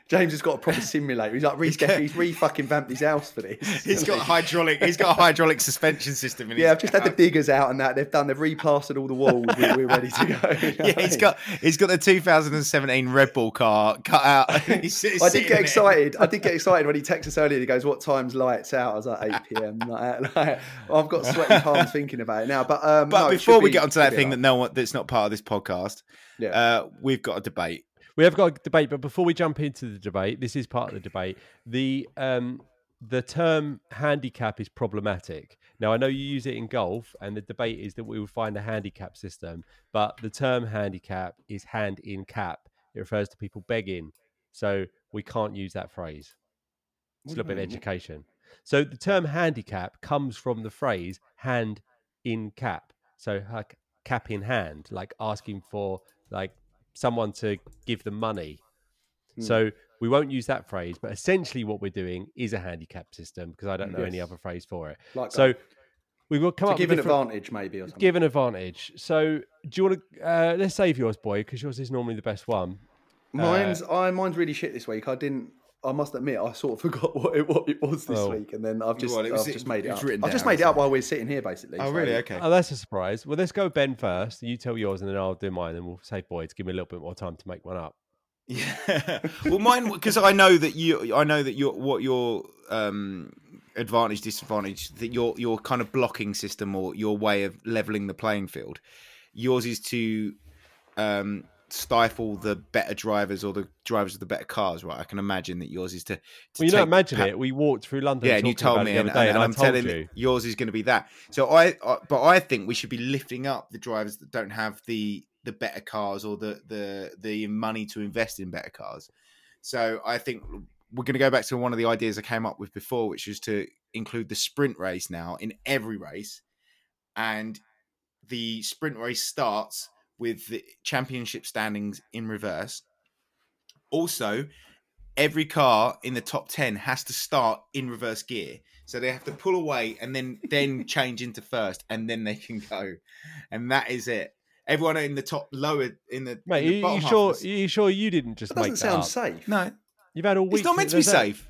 S7: James has got a proper simulator. He's like, he's, he's re fucking vamped his house for this.
S6: He's got hydraulic. He's got a hydraulic suspension system. In
S7: Yeah,
S6: his
S7: I've just had the diggers out and that. They've done. They've replastered all the walls. We're, we're ready to go.
S6: Yeah, he's got he's got the 2017 Red Bull car cut out. He's- he's
S7: I
S6: sitting
S7: did get
S6: there.
S7: excited. I did get excited when he texted us earlier. He goes, "What time's lights out?" I was like, "8 p.m." Like, that. Like, I've got sweaty palms thinking about it now. But um,
S6: But
S7: no, it
S6: before
S7: should
S6: we
S7: be-
S6: get onto
S7: should
S6: that
S7: be
S6: thing that
S7: alright.
S6: no one that's not part of this podcast,
S7: yeah.
S6: uh, we've got a debate.
S5: We have got a debate, but before we jump into the debate, this is part of the debate. The um, the term handicap is problematic. Now I know you use it in golf, and the debate is that we will find a handicap system. But the term handicap is hand in cap. It refers to people begging, so we can't use that phrase. It's a little bit of education. So the term handicap comes from the phrase hand in cap. So like cap in hand, like asking for like someone to give them money.
S7: Hmm.
S5: So we won't use that phrase, but essentially what we're doing is a handicap system because I don't know any other phrase for it.
S7: Like
S5: so we will come
S7: to
S5: up
S7: give
S5: with
S7: an
S5: different-
S7: advantage, maybe or something.
S5: give an advantage. So do you want to uh, let's save yours, boy, because yours is normally the best one.
S7: mine's I mine's really shit this week. I didn't. I must admit, I sort of forgot what it, what it was this
S5: Oh.
S7: week, and then I've just
S6: Well, it was-
S7: I've just made it.
S6: it's
S7: Up.
S6: written
S7: I've just
S6: down,
S7: made it up while we're sitting here, basically. so-
S6: Okay.
S5: Oh, that's a surprise. Well, let's go with Ben first. You tell yours, and then I'll do mine, and we'll save Boyd's. Give me a little bit more time to make one up.
S6: Yeah. well, mine because I know that you. I know that your what your um advantage disadvantage that your your kind of blocking system or your way of leveling the playing field. Yours is to um, stifle the better drivers or the drivers with the better cars, right? I can imagine that yours is to. to
S5: Well, you know,
S6: take
S5: imagine
S6: pa-
S5: it. We walked through London.
S6: yeah, and you
S5: talking about
S6: told
S5: it
S6: me,
S5: the
S6: and,
S5: other day,
S6: and
S5: I
S6: I'm
S5: told
S6: telling
S5: you.
S6: yours is going to be that. So I, I, but I think we should be lifting up the drivers that don't have the the better cars or the the the money to invest in better cars. So I think we're going to go back to one of the ideas I came up with before, which is to include the sprint race now in every race, and the sprint race starts with the championship standings in reverse. Also, every car in the top 10 has to start in reverse gear so they have to pull away and then then change into first and then they can go and that is it everyone in the top lower in the,
S5: Mate,
S6: in the
S5: you,
S6: bottom
S5: you
S6: half
S5: sure?
S6: of the s-
S5: You sure you didn't just
S7: That doesn't
S5: make
S7: sound
S5: that up?
S7: safe.
S6: no
S5: You've had all week.
S6: it's not meant to be
S5: there's that-
S6: safe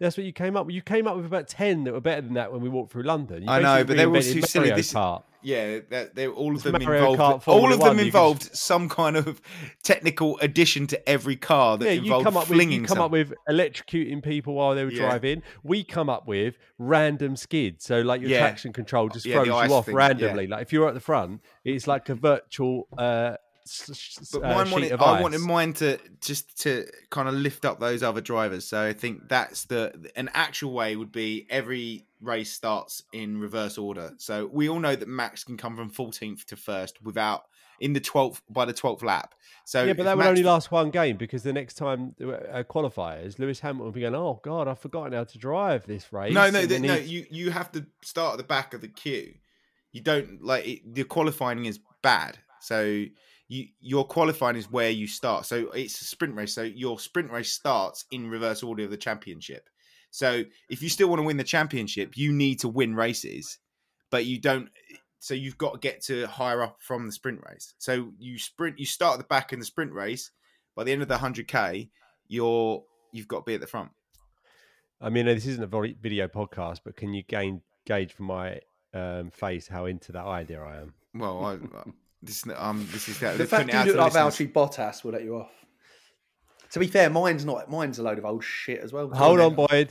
S5: That's what you came up. with. You came up with about ten that were better than that when we walked through London. You
S6: I know,
S5: basically
S6: but they were all
S5: reinvented
S6: too silly.
S5: Mario
S6: This is-
S5: Kart.
S6: yeah that, they all of
S5: It's
S6: them
S5: Mario
S6: involved
S5: Kart
S6: all
S5: Formula
S6: of
S5: One,
S6: them
S5: you can
S6: involved some kind of technical addition to every car that
S5: Yeah, you
S6: involved
S5: come up with
S6: flinging
S5: you come up
S6: something.
S5: with electrocuting people while they were
S6: Yeah.
S5: driving. We come up with random skids. So like your
S6: Yeah.
S5: traction control just
S6: Yeah, the
S5: throws you
S6: ice
S5: off
S6: thing, yeah.
S5: randomly. Like if you're at the front, it's like a virtual uh, s- s-
S6: But
S5: uh,
S6: mine
S5: sheet
S6: wanted,
S5: of
S6: I
S5: ice.
S6: wanted mine to just to kind of lift up those other drivers. So I think that's the an actual way would be every race starts in reverse order. So we all know that Max can come from 14th to first without in the 12th by the 12th lap. So
S5: Yeah, but
S6: if
S5: that would
S6: Max-
S5: only last one game because the next time uh, qualifiers, Lewis Hamilton will be going, "Oh God, I've forgotten how to drive this race."
S6: No, no,
S5: and
S6: the,
S5: then
S6: no.
S5: he's-
S6: You you have to start at the back of the queue. You don't like it, the qualifying is bad, so you your qualifying is where you start. So it's a sprint race. So your sprint race starts in reverse order of the championship. So if you still want to win the championship, you need to win races, but you don't. So you've got to get to higher up from the sprint race. So you sprint. You start at the back in the sprint race. By the end of the hundred k, you're you've got to be at the front.
S5: I mean, this isn't a vo- video podcast, but can you gain gauge from my um, face how into that idea I am?
S6: Well, I, I- this is- um, this is that.
S7: The fact you look like Valtteri Bottas will let you off. To be fair, mine's not. Mine's a load of old shit as well.
S5: Hold on, Boyd.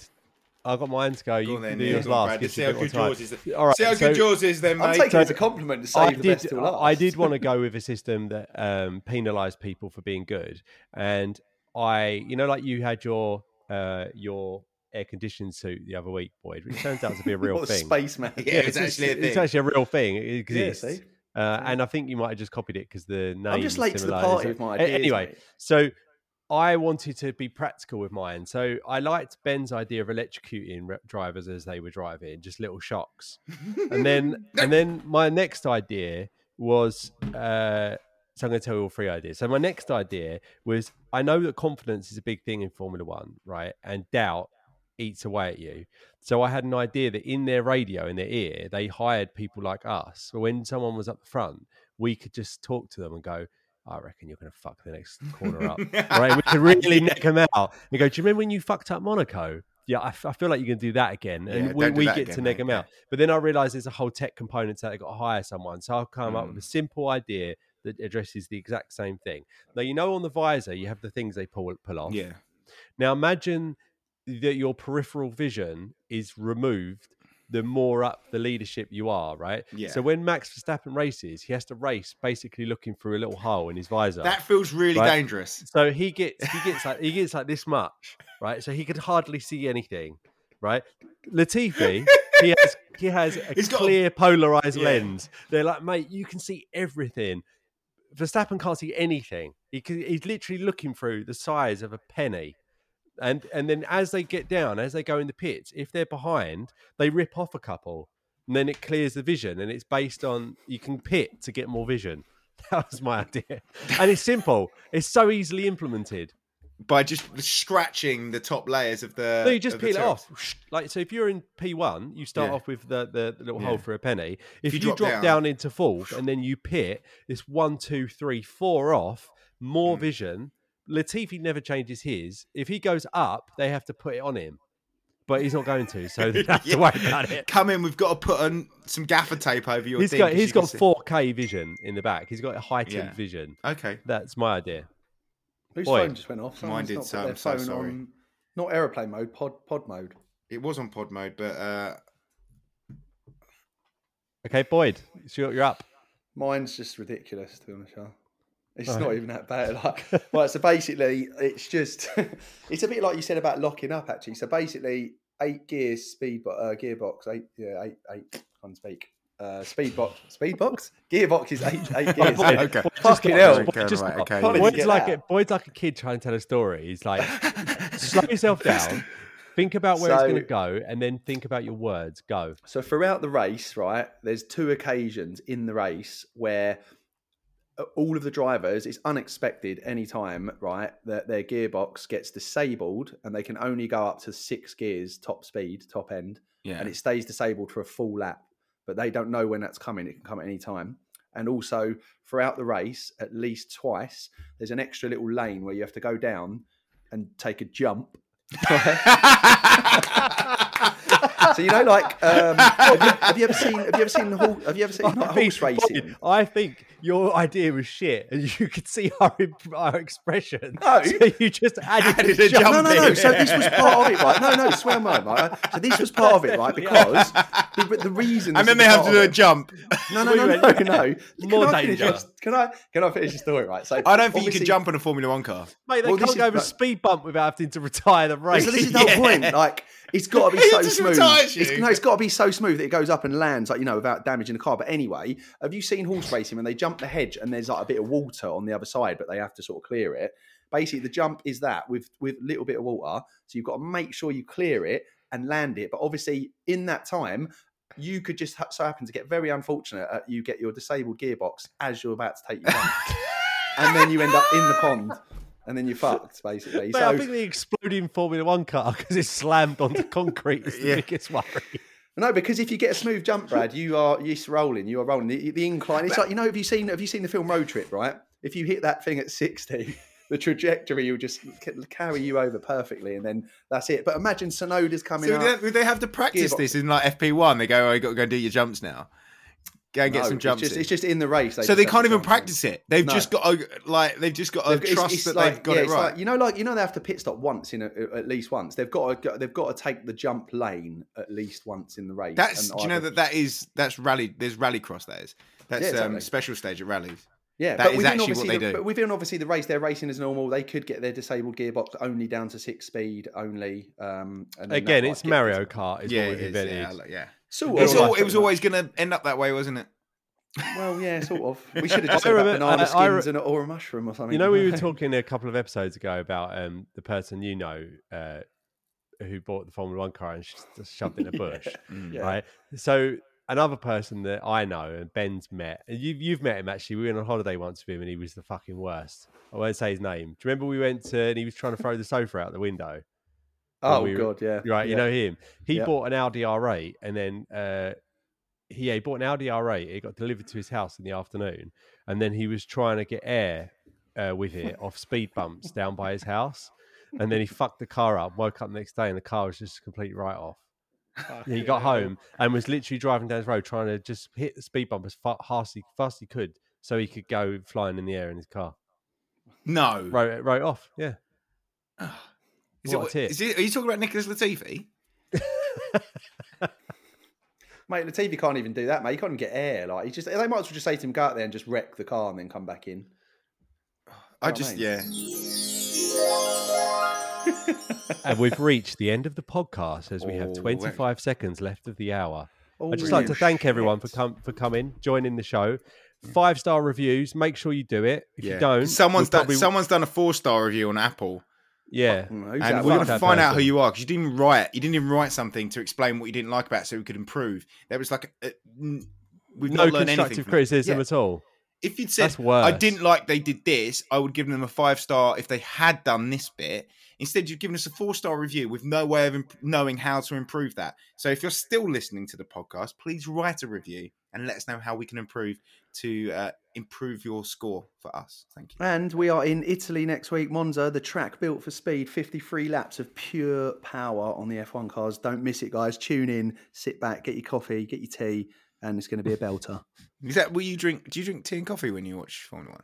S5: I've got mine to go. You
S6: on then,
S5: can do
S6: Neil.
S5: yours
S6: Go on,
S5: last.
S6: Brad.
S5: gives
S6: See
S5: you a
S6: how
S5: bit more
S6: good
S5: time.
S6: yours is then.
S5: All right.
S6: See how
S5: so
S6: good yours is, then,
S7: I'm
S6: mate.
S7: taking it as a compliment to save
S5: I
S7: the
S5: did.
S7: best till last.
S5: I did want to go with a system that um, penalised people for being good, and I, you know, like you had your uh, your air conditioned suit the other week, Boyd, which turns out to be a real
S7: What
S5: thing.
S7: Space man.
S6: Yeah, it's
S5: just-
S6: actually a
S5: It's
S6: thing.
S5: actually a real thing. It exists.
S7: see?
S5: Uh, and I think you might have just copied it because the name.
S7: I'm just late to the
S5: similar.
S7: party with my
S5: A-
S7: ideas,
S5: Anyway,
S7: mate.
S5: so I wanted to be practical with mine. So I liked Ben's idea of electrocuting re- drivers as they were driving, just little shocks. And then, and then my next idea was. Uh, so I'm going to tell you all three ideas. So my next idea was: I know that confidence is a big thing in Formula One, right? And doubt eats away at you. So I had an idea that in their radio, in their ear, they hired people like us. So when someone was up the front, we could just talk to them and go, I reckon you're going to fuck the next corner up. right? We could really neck them out and go, Do you remember when you fucked up Monaco? Yeah, I, f- I feel like you're going to do that again. And
S6: Yeah,
S5: we,
S6: don't do
S5: we
S6: that
S5: get to
S6: again,
S5: neck
S6: mate.
S5: them out. But then I realized there's a whole tech component to that. I got to hire someone. So I've come up with a
S6: Mm.
S5: simple idea that addresses the exact same thing. Now, you know, on the visor, you have the things they pull, pull off.
S6: Yeah.
S5: Now imagine that your peripheral vision is removed the more up the leadership you are, right?
S6: Yeah.
S5: So when Max Verstappen races, he has to race basically looking through a little hole in his visor.
S6: That feels really
S5: Right.
S6: dangerous.
S5: so he gets he gets like he gets like this much, right? So he could hardly see anything, right? Latifi, he has he has a
S6: He's got a-
S5: clear polarized
S6: Yeah.
S5: lens. They're like, mate, you can see everything. Verstappen can't see anything. He can, he's literally looking through the size of a penny. And and then as they get down, as they go in the pits, if they're behind, they rip off a couple, and then it clears the vision, and it's based on you can pit to get more vision. That was my idea, and it's simple. It's so easily implemented.
S6: By just scratching the top layers of the.
S5: No, you just
S6: of the
S5: peel it
S6: turrets.
S5: off. Like so, if you're in P one, you start
S6: Yeah.
S5: off with the, the little hole for a penny. If,
S6: you
S5: you,
S6: drop
S5: drop,
S6: down-
S5: down, into fourth and then you pit, it's one, two, three, four off.
S6: Mm.
S5: More vision. Latifi never changes his. If he goes up, they have to put it on him, but he's not going to, so they have to worry about it.
S6: Come in, we've got to put on some gaffer tape over your
S5: He's
S6: thing
S5: got
S6: 'cause
S5: he's
S6: you can
S5: got
S6: see-
S5: 4K vision in the back. He's got a heightened
S6: Yeah.
S5: vision.
S6: Okay.
S5: That's my idea.
S7: Whose
S5: Boy.
S7: phone just went off?
S6: Mine
S7: Someone's
S6: did,
S7: not put
S6: so I'm
S7: their
S6: so
S7: phone
S6: sorry.
S7: on. Not aeroplane mode. Pod pod mode.
S6: It was on pod mode, but uh,
S5: Okay, Boyd, so you're, you're up.
S7: Mine's just ridiculous to be honest. Y'all. It's
S5: Oh.
S7: not even that bad. Like, right, so basically, it's just it's a bit like you said about locking up. Actually, so basically, eight gears speed bo- uh, gearbox, eight yeah, eight eight. Can't speak. Uh, speed box, speed box, gearbox is eight eight gears.
S6: Okay.
S7: Fucking hell.
S6: Okay,
S5: Just-
S6: right, okay.
S7: Boyd's
S5: Boyd's
S7: get
S5: like a,
S7: out.
S5: Boyd's like a kid trying to tell a story. He's like, slow yourself down, think about where it's
S7: So-
S5: going to go, and then think about your words. Go.
S7: So throughout the race, right, there's two occasions in the race where all of the drivers, it's unexpected any time, right, that their gearbox gets disabled and they can only go up to six gears top speed, top end,
S6: Yeah.
S7: and it stays disabled for a full lap. But they don't know when that's coming. It can come at any time. And also throughout the race, at least twice, there's an extra little lane where you have to go down and take a jump. So you know, like, um, have, you, have you ever seen? Have you ever seen? Hor- have you ever seen like, horse
S5: Boyd,
S7: racing?
S5: I think your idea was shit, and you could see our imp- our expression.
S7: No.
S5: so you just added,
S6: Added
S5: a
S6: a
S5: jump.
S7: No, no, no.
S6: in.
S7: So this was part of it, right? No, no. Swear mine, right? So this was part of it, right? Because the, the reason.
S6: and
S7: this
S6: then
S7: is
S6: they have
S7: part
S6: to
S7: of
S6: do a
S7: it-
S6: jump.
S7: No, no, no, no, no.
S5: More
S7: can I finish
S5: danger.
S7: this- Can I? Can I finish the story? Right. So
S6: I don't think you
S7: obviously-
S6: can jump on a Formula One car.
S5: Mate, they
S7: Well, this is-
S5: can't go over a
S7: no.
S5: speed bump without having to retire the race.
S7: So this is the whole point. Like, it's got to be
S6: It
S7: so
S6: just
S7: smooth.
S6: retires
S7: It's-
S6: you.
S7: no, it's got to be so smooth that it goes up and lands, like you know, without damaging the car. But anyway, have you seen horse racing when they jump the hedge and there's like a bit of water on the other side, but they have to sort of clear it? Basically, the jump is that with with little bit of water, so you've got to make sure you clear it and land it. But obviously, in that time. You could just ha- so happen to get very unfortunate. At you get your disabled gearbox as you're about to take your jump, and then you end up in the pond, and then you're fucked basically.
S5: Mate,
S7: so
S5: I think the exploding Formula One car because it's slammed onto concrete is the biggest worry.
S7: No, because if you get a smooth jump, Brad, you are it's rolling. You are rolling the, the incline. It's like you know. Have you seen Have you seen the film Road Trip? Right. If you hit that thing at sixty, the trajectory will just ca- carry you over perfectly, and then that's it. But imagine Sonoda's coming
S6: So
S7: up.
S6: they, they have to practice
S7: Gearbox.
S6: this in like FP1. They go, oh, you got to go and do your jumps now. Go and get
S7: No,
S6: some jumps.
S7: It's just,
S6: in."
S7: it's just in the race.
S6: so they
S7: just have
S6: can't
S7: to
S6: even
S7: jump in.
S6: practice it. They've
S7: No.
S6: just got to, like they've just got to
S7: They've got- it's-
S6: trust
S7: it's
S6: that
S7: like-
S6: they've got
S7: yeah,
S6: it
S7: it's
S6: right.
S7: like- you know, like you know, they have to pit stop once in a, at least once. They've got to go, they've got to take the jump lane at least once in the race.
S6: that's
S7: and
S6: do you know
S7: either-
S6: that that is that's rally. There's rally cross. That is that's
S7: Yeah,
S6: um,
S7: exactly.
S6: special stage at rallies.
S7: Yeah,
S6: That is
S7: within
S6: actually what
S7: obviously
S6: they
S7: the,
S6: do.
S7: But within obviously the race, they're racing as normal. They could get their disabled gearbox only down to six speed only. Um, and then that
S5: Again,
S7: might
S5: it's
S7: get-
S5: Mario Kart. Is
S6: Yeah,
S5: what
S6: it
S5: the
S6: is,
S5: event
S6: yeah,
S5: is.
S6: like- yeah.
S7: Sort
S6: It's
S7: of,
S6: all,
S7: like,
S6: it was always going to end up that way, wasn't it?
S7: well, yeah, sort of. We should have just said about
S5: remember-
S7: banana
S5: I- I re-
S7: skins and, or a mushroom or something.
S5: You know, we were talking a couple of episodes ago about um, the person you know uh, who bought the Formula One car and sh- shoved it in a bush,
S6: mm.
S7: Yeah.
S5: right? So another person that I know and Ben's met, and you've you've met him actually. We went on holiday once with him, and he was the fucking worst. I won't say his name. Do you remember we went to and he was trying to throw the sofa out the window?
S7: Oh
S5: we were-
S7: god, yeah,
S5: Right, you
S7: yeah.
S5: know him. He
S7: Yeah.
S5: bought an Audi R8 and then uh, he, yeah, he bought an Audi R8. It got delivered to his house in the afternoon, and then he was trying to get air uh, with it off speed bumps down by his house, and then he fucked the car up. Woke up the next day and the car was just a complete write off. He got home and was literally driving down the road trying to just hit the speed bump as fa- fast he, fast he could so he could go flying in the air in his car.
S6: No.
S5: Wrote it wrote off. Yeah.
S6: Is it,
S5: What a tip.
S6: is it, are you talking about Nicholas Latifi?
S7: mate. Latifi can't even do that, mate. He can't even get air. Like he just, they might as well just say to him, go out there and just wreck the car and then come back in.
S6: I
S7: what I
S6: just
S7: mean?
S6: yeah.
S5: And we've reached the end of the podcast as we have
S6: Oh, wait.
S5: 25 seconds left of the hour. I'd just
S7: Oh,
S5: like to thank everyone for
S7: shit.
S5: com- for coming, joining the show. Five star reviews. Make sure you do it. If
S6: Mm. yeah.
S5: you don't,
S6: someone's
S5: we'll
S6: done
S5: probably-
S6: someone's done a four star review on Apple,
S5: Yeah,
S7: Mm, who's
S6: and
S7: that
S6: we're
S7: one?
S6: gonna
S5: that
S6: find out who
S5: person.
S6: you are because you didn't even write. You didn't even write something to explain what you didn't like about, it so we could improve. There was like a, a- n- we've
S5: no
S6: not learned anything.
S5: constructive
S6: from it.
S5: criticism
S6: Yeah.
S5: at all.
S6: If you'd said
S5: That's worse.
S6: I didn't like they did this, I would give them a five star if they had done this bit. Instead, you've given us a four star review with no way of imp- knowing how to improve that. So, if you're still listening to the podcast, please write a review and let us know how we can improve to uh, improve your score for us. Thank you.
S7: And we are in Italy next week, Monza, the track built for speed, 53 laps of pure power on the F1 cars. Don't miss it, guys. Tune in, sit back, get your coffee, get your tea, and it's going to be a belter.
S6: Is that will you drink? Do you drink tea and coffee when you watch Formula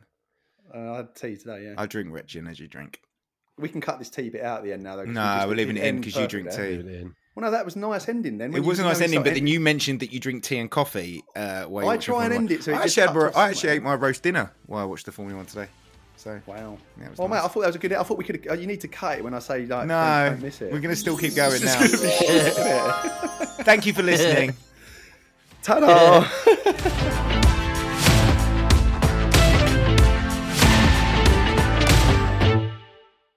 S6: One?
S7: Uh, I had tea today, yeah.
S6: I drink red gin as you drink.
S7: we can cut this tea bit out at the end now, though. 'cause we
S6: No,
S7: just-
S6: we're leaving it in because you
S7: perfect
S6: drink
S7: there.
S6: tea.
S5: Leave it in.
S7: Well, no, that was nice ending then.
S6: It
S7: When you-
S6: was a
S7: you know
S6: nice
S7: we
S6: ending,
S7: start
S6: but then
S7: end-
S6: you mentioned that you drink tea and coffee. Uh,
S7: I
S6: while you're watching
S7: try and
S6: Formula
S7: end
S6: One.
S7: it so it
S6: I
S7: just
S6: actually, had,
S7: cuts
S6: my-
S7: off
S6: I
S7: somewhere.
S6: actually ate my roast dinner while I watched the Formula One today. So
S7: Wow.
S6: Yeah, it was
S7: oh
S6: nice.
S7: mate, I thought that was a good. I thought we could. Uh, you need to cut it when I say like.
S6: no,
S7: don't, don't miss it.
S6: we're gonna still keep going now. Thank you for listening.
S7: Ta-da!